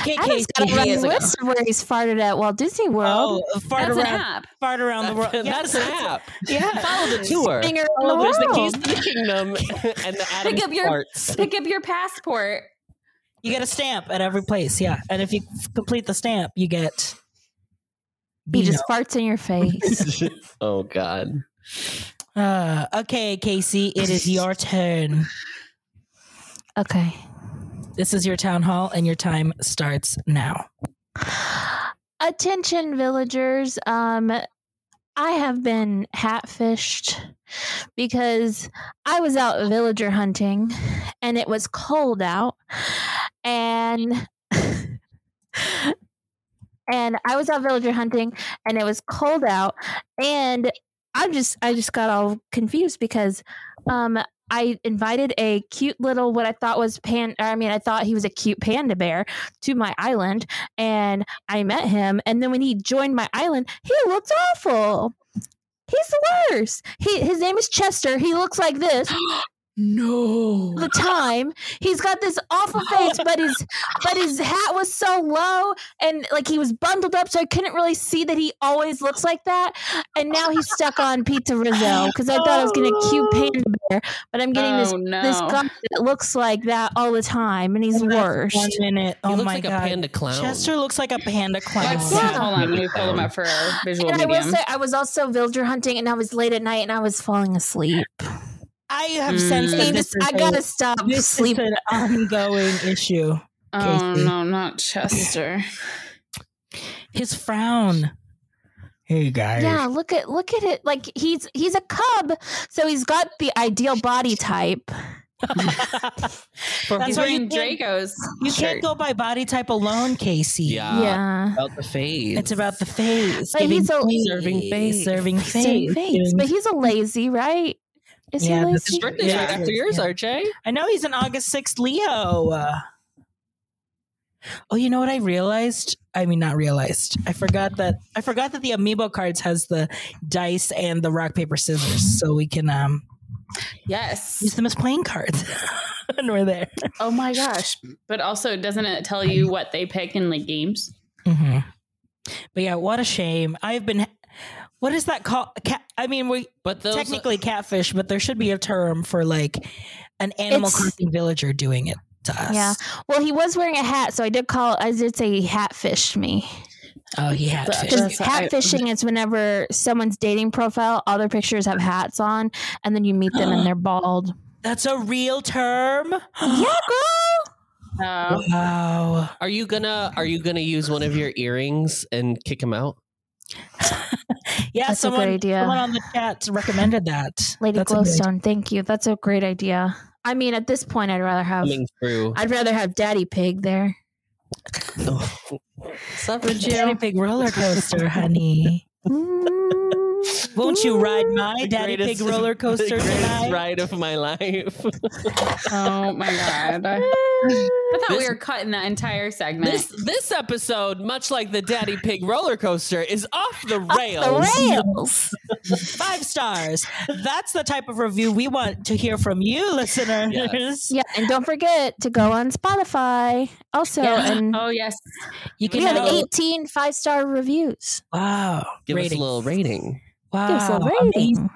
[SPEAKER 1] Okay,
[SPEAKER 3] Adam's got a
[SPEAKER 2] Casey
[SPEAKER 3] running
[SPEAKER 2] is a-
[SPEAKER 3] list of where he's farted at Walt Disney World.
[SPEAKER 1] Oh, fart
[SPEAKER 2] that's an
[SPEAKER 1] around,
[SPEAKER 2] app.
[SPEAKER 1] fart around the world.
[SPEAKER 4] That's an app.
[SPEAKER 1] Yeah.
[SPEAKER 4] Follow the tour.
[SPEAKER 3] Finger in the
[SPEAKER 4] Oh, there's the keys
[SPEAKER 3] world.
[SPEAKER 4] to the kingdom and the Adam
[SPEAKER 2] Pick up your-
[SPEAKER 4] parts.
[SPEAKER 2] Pick up your passport.
[SPEAKER 1] You get a stamp at every place. Yeah, and if you complete the stamp, you get.
[SPEAKER 3] He
[SPEAKER 1] Beano.
[SPEAKER 3] just farts in your face.
[SPEAKER 4] oh God.
[SPEAKER 1] Uh, okay, Casey, it is your turn.
[SPEAKER 3] Okay.
[SPEAKER 1] This is your town hall, and your time starts now.
[SPEAKER 3] Attention, villagers. Um, I have been hatfished because I was out villager hunting and it was cold out. And. And I was out villager hunting and it was cold out and I'm just I just got all confused because um I invited a cute little what I thought was pan I mean I thought he was a cute panda bear to my island and I met him, and then when he joined my island, he looked awful. He's the worst. He his name is Chester. He looks like this.
[SPEAKER 2] No.
[SPEAKER 3] the time. He's got this awful face, but his but his hat was so low and like he was bundled up, so I couldn't really see that he always looks like that. And now he's stuck on Pizza Rizzo because I thought I was getting a
[SPEAKER 1] Oh.
[SPEAKER 3] cute panda bear, but I'm getting this
[SPEAKER 2] oh, no.
[SPEAKER 3] this guy that looks like that all the time, and he's
[SPEAKER 1] That's
[SPEAKER 3] worst.
[SPEAKER 1] One minute.
[SPEAKER 4] He
[SPEAKER 1] oh
[SPEAKER 4] looks
[SPEAKER 1] my
[SPEAKER 4] like
[SPEAKER 1] god.
[SPEAKER 4] a panda clown.
[SPEAKER 1] Chester looks like a panda clown.
[SPEAKER 2] Let's,
[SPEAKER 3] Yeah.
[SPEAKER 2] Hold on, let me pull them up for our visual
[SPEAKER 3] And I will
[SPEAKER 2] medium.
[SPEAKER 3] say, I was also villager hunting, and I was late at night, and I was falling asleep.
[SPEAKER 1] I have
[SPEAKER 2] Mm.
[SPEAKER 1] sensed
[SPEAKER 3] I,
[SPEAKER 1] that
[SPEAKER 3] mean,
[SPEAKER 1] this
[SPEAKER 3] this,
[SPEAKER 1] is
[SPEAKER 3] I
[SPEAKER 1] a-
[SPEAKER 3] gotta stop
[SPEAKER 1] this is
[SPEAKER 3] sleep.
[SPEAKER 1] an ongoing issue.
[SPEAKER 2] oh
[SPEAKER 1] Casey.
[SPEAKER 2] no, not Chester.
[SPEAKER 1] His frown. Hey guys.
[SPEAKER 3] Yeah, look at look at it. Like he's he's a cub, so he's got the ideal body type.
[SPEAKER 1] That's
[SPEAKER 2] He's
[SPEAKER 1] why you
[SPEAKER 2] wearing
[SPEAKER 1] can't,
[SPEAKER 2] Draco's.
[SPEAKER 1] you can't go by body type alone, Casey.
[SPEAKER 4] Yeah.
[SPEAKER 3] yeah.
[SPEAKER 4] about the face.
[SPEAKER 1] It's about the face.
[SPEAKER 3] But
[SPEAKER 1] giving
[SPEAKER 3] he's a-
[SPEAKER 1] face,
[SPEAKER 4] Serving face.
[SPEAKER 1] Serving
[SPEAKER 3] He's doing
[SPEAKER 1] face.
[SPEAKER 3] face,
[SPEAKER 1] giving-
[SPEAKER 3] but he's a lazy, right? Is
[SPEAKER 1] Yeah, this
[SPEAKER 3] he lazy?
[SPEAKER 1] is true.
[SPEAKER 4] birthday's
[SPEAKER 1] Yeah.
[SPEAKER 4] right after yours,
[SPEAKER 1] Yeah.
[SPEAKER 4] RJ.
[SPEAKER 1] I know he's an August 6th Leo. Uh, Oh, you know what I realized? I mean, not realized. I forgot that I forgot that the amiibo cards has the dice and the rock paper scissors, so we can um use
[SPEAKER 2] Yes.
[SPEAKER 1] them as playing cards. and we're there.
[SPEAKER 2] Oh my gosh. But also, doesn't it tell you what they pick in like games?
[SPEAKER 1] Mm-hmm. But yeah, what a shame. I've been. What is that called? Cat, I mean, we
[SPEAKER 4] But those
[SPEAKER 1] technically catfish, but there should be a term for like an animal
[SPEAKER 3] It's-
[SPEAKER 1] crossing villager doing it to us.
[SPEAKER 3] Yeah. Well, he was wearing a hat, so I did call. I did say he hatfished me
[SPEAKER 1] Oh, he catfish.
[SPEAKER 2] That's-
[SPEAKER 3] because
[SPEAKER 2] that's- I-
[SPEAKER 3] hat fishing is whenever someone's dating profile, all their pictures have hats on, and then you meet them and they're bald.
[SPEAKER 1] That's a real term.
[SPEAKER 3] Yeah, girl.
[SPEAKER 2] Uh,
[SPEAKER 1] Wow.
[SPEAKER 4] are you gonna are you gonna use one of your earrings and kick him out?
[SPEAKER 1] Yeah,
[SPEAKER 3] That's a
[SPEAKER 1] someone,
[SPEAKER 3] good idea.
[SPEAKER 1] someone on the chat recommended that.
[SPEAKER 3] Lady
[SPEAKER 1] That's a good-
[SPEAKER 3] Glowstone, thank you. That's a great idea. I mean, at this point, I'd rather have
[SPEAKER 4] Coming through.
[SPEAKER 3] I'd rather have Daddy Pig there.
[SPEAKER 4] Oh.
[SPEAKER 1] Daddy Pig roller coaster, honey.
[SPEAKER 3] Mm.
[SPEAKER 1] Won't you ride my
[SPEAKER 4] The
[SPEAKER 1] Daddy
[SPEAKER 4] greatest-
[SPEAKER 1] Pig roller
[SPEAKER 4] the
[SPEAKER 1] coaster
[SPEAKER 4] greatest
[SPEAKER 1] tonight?
[SPEAKER 4] ride of my life.
[SPEAKER 2] oh my god. I thought we
[SPEAKER 4] This-
[SPEAKER 2] were cutting that entire segment.
[SPEAKER 4] this this episode, much like the Daddy Pig roller coaster, is off the rails.
[SPEAKER 3] The rails.
[SPEAKER 1] Five stars. That's the type of review we want to hear from you, listeners.
[SPEAKER 4] Yes.
[SPEAKER 3] Yeah, and don't forget to go on Spotify also,
[SPEAKER 2] Yes.
[SPEAKER 3] and
[SPEAKER 2] oh yes.
[SPEAKER 1] You
[SPEAKER 3] we
[SPEAKER 1] can
[SPEAKER 3] have
[SPEAKER 1] now-
[SPEAKER 3] 18 five star reviews.
[SPEAKER 1] Wow.
[SPEAKER 4] Give us a
[SPEAKER 1] Ratings.
[SPEAKER 4] little rating.
[SPEAKER 1] Wow.
[SPEAKER 3] Give us a
[SPEAKER 1] Amazing.
[SPEAKER 3] rating.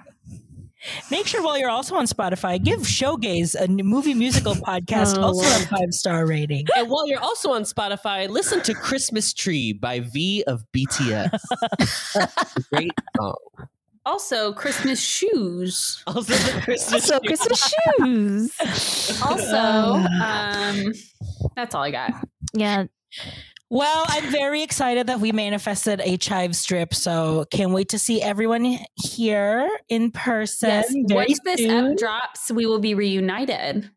[SPEAKER 1] Make sure while you're also on Spotify, give Showgaze a n- movie musical podcast
[SPEAKER 2] Oh,
[SPEAKER 1] also
[SPEAKER 2] Lord.
[SPEAKER 1] a five star rating.
[SPEAKER 4] And while you're also on Spotify, listen to Christmas Tree by V of BTS. Great song.
[SPEAKER 2] Also, Christmas shoes.
[SPEAKER 4] Also the Christmas
[SPEAKER 3] So Christmas shoes.
[SPEAKER 2] Also, um, that's all I got.
[SPEAKER 3] Yeah,
[SPEAKER 1] Well, I'm very excited that we manifested a chive strip, so can't wait to see everyone here in person.
[SPEAKER 2] Yes.
[SPEAKER 1] very
[SPEAKER 2] Once this
[SPEAKER 1] soon.
[SPEAKER 2] app drops, we will be reunited.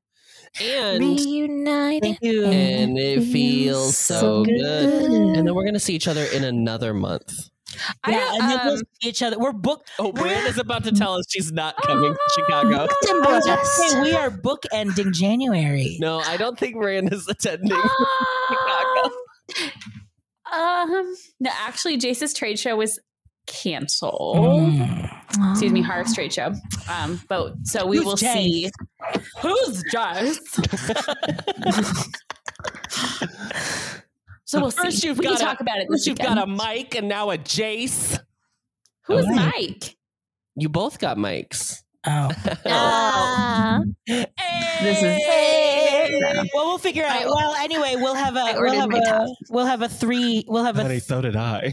[SPEAKER 4] and
[SPEAKER 3] reunited.
[SPEAKER 1] Thank you.
[SPEAKER 4] and it feels so good. And then we're gonna see each other in another month.
[SPEAKER 1] yeah,
[SPEAKER 2] I,
[SPEAKER 1] and then we'll
[SPEAKER 2] um,
[SPEAKER 1] see each other. We're booked.
[SPEAKER 4] Oh, Brand is about to tell us she's not coming to Chicago.
[SPEAKER 3] Tim
[SPEAKER 1] I was gonna
[SPEAKER 3] Burgess.
[SPEAKER 1] say, Oh, we are bookending January.
[SPEAKER 4] No, I don't think Brand is attending.
[SPEAKER 2] ah! um, no, actually, Jace's trade show was canceled.
[SPEAKER 1] Mm.
[SPEAKER 2] Excuse me, Harv's trade show. Um, but so we
[SPEAKER 1] Who's
[SPEAKER 2] will
[SPEAKER 1] Jace?
[SPEAKER 2] see who's Jace. so we'll
[SPEAKER 4] First
[SPEAKER 2] see.
[SPEAKER 4] you've
[SPEAKER 2] we
[SPEAKER 4] got a-
[SPEAKER 2] can talk about it. This
[SPEAKER 4] First you've
[SPEAKER 2] weekend.
[SPEAKER 4] got a Mike and now a Jace.
[SPEAKER 2] who's
[SPEAKER 1] Okay.
[SPEAKER 2] Mike?
[SPEAKER 4] You both got mics.
[SPEAKER 1] Oh.
[SPEAKER 3] Ah.
[SPEAKER 2] This is-
[SPEAKER 1] Hey! Well, we'll figure out.
[SPEAKER 2] I-
[SPEAKER 1] well, anyway, we'll have a we'll
[SPEAKER 2] ordered
[SPEAKER 1] have
[SPEAKER 2] my
[SPEAKER 1] a
[SPEAKER 2] top.
[SPEAKER 1] we'll have a three we'll have a th-
[SPEAKER 4] so did I.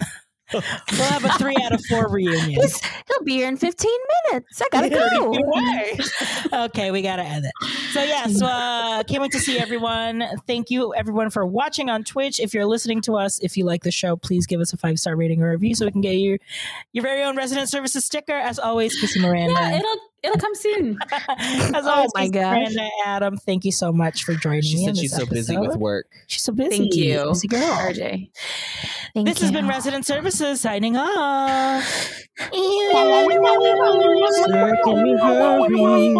[SPEAKER 1] we'll have a three out of four reunion.
[SPEAKER 3] He's- he'll be here in 15 minutes. I gotta go.
[SPEAKER 1] okay, we gotta end it. So yes,
[SPEAKER 4] Mm.
[SPEAKER 1] uh, can't wait to see everyone. Thank you everyone for watching on Twitch. If you're listening to us, if you like the show, please give us a five star rating or review so we can get you your very own resident services sticker. As always, Kissy
[SPEAKER 2] Yeah,
[SPEAKER 1] Miranda.
[SPEAKER 2] it'll it'll come soon.
[SPEAKER 1] As
[SPEAKER 3] Oh
[SPEAKER 1] always,
[SPEAKER 3] my
[SPEAKER 1] Kissy
[SPEAKER 3] gosh.
[SPEAKER 1] Miranda Adam. Thank you so much for joining
[SPEAKER 4] She
[SPEAKER 1] me. in
[SPEAKER 4] said she's
[SPEAKER 1] this
[SPEAKER 4] so busy
[SPEAKER 1] episode.
[SPEAKER 4] with work.
[SPEAKER 1] She's so busy.
[SPEAKER 2] Thank you,
[SPEAKER 1] Busy girl.
[SPEAKER 2] RJ.
[SPEAKER 3] Thank
[SPEAKER 1] This has
[SPEAKER 3] you.
[SPEAKER 1] been Resident Services signing off.
[SPEAKER 3] Sir, can you hurry,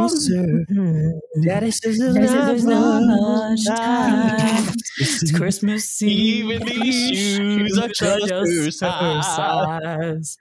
[SPEAKER 1] Daddy says Mm-hmm. there's
[SPEAKER 3] there's not much time.
[SPEAKER 2] It's Christmas
[SPEAKER 4] Even these shoes are just her size.
[SPEAKER 2] size.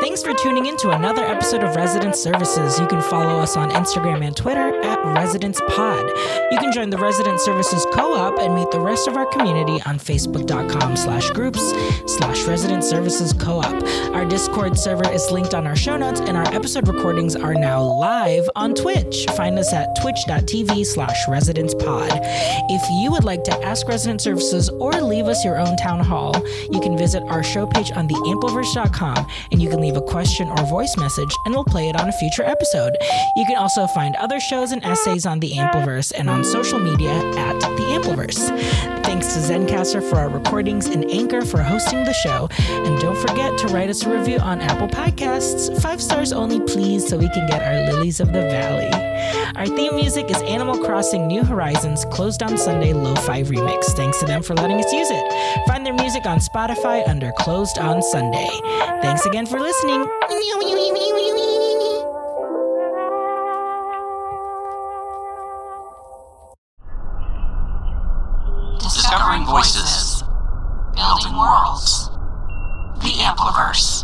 [SPEAKER 1] Thanks for tuning in to another episode of Residence Services. You can follow us on Instagram and Twitter at Residence Pod. You can join the Resident Services Co-op and meet the rest of our community on Facebook.com slash groups slash Resident Services Co-op. Our Discord server is linked on our show notes and our episode recordings are now live on Twitch. Find us at twitch.tv slash Residence Pod. If you would like to ask Resident Services or leave us your own town hall, you can visit our show page on theampleverse.com and you can leave a question or voice message and we'll play it on a future episode. You can also find other shows and essays on the Ampleverse and on social media at the Ampleverse. Thanks to Zencaster for our recordings and Anchor for hosting the show. And don't forget to write us a review on Apple Podcasts. Five stars only, please, so we can get our lilies of the valley. Our theme music is Animal Crossing New Horizons Closed on Sunday Lo-Fi Remix. Thanks to them for letting us use it. Find their music on Spotify under Closed on Sunday. Thanks again for listening.
[SPEAKER 5] Discovering voices. Building worlds. The Ampliverse.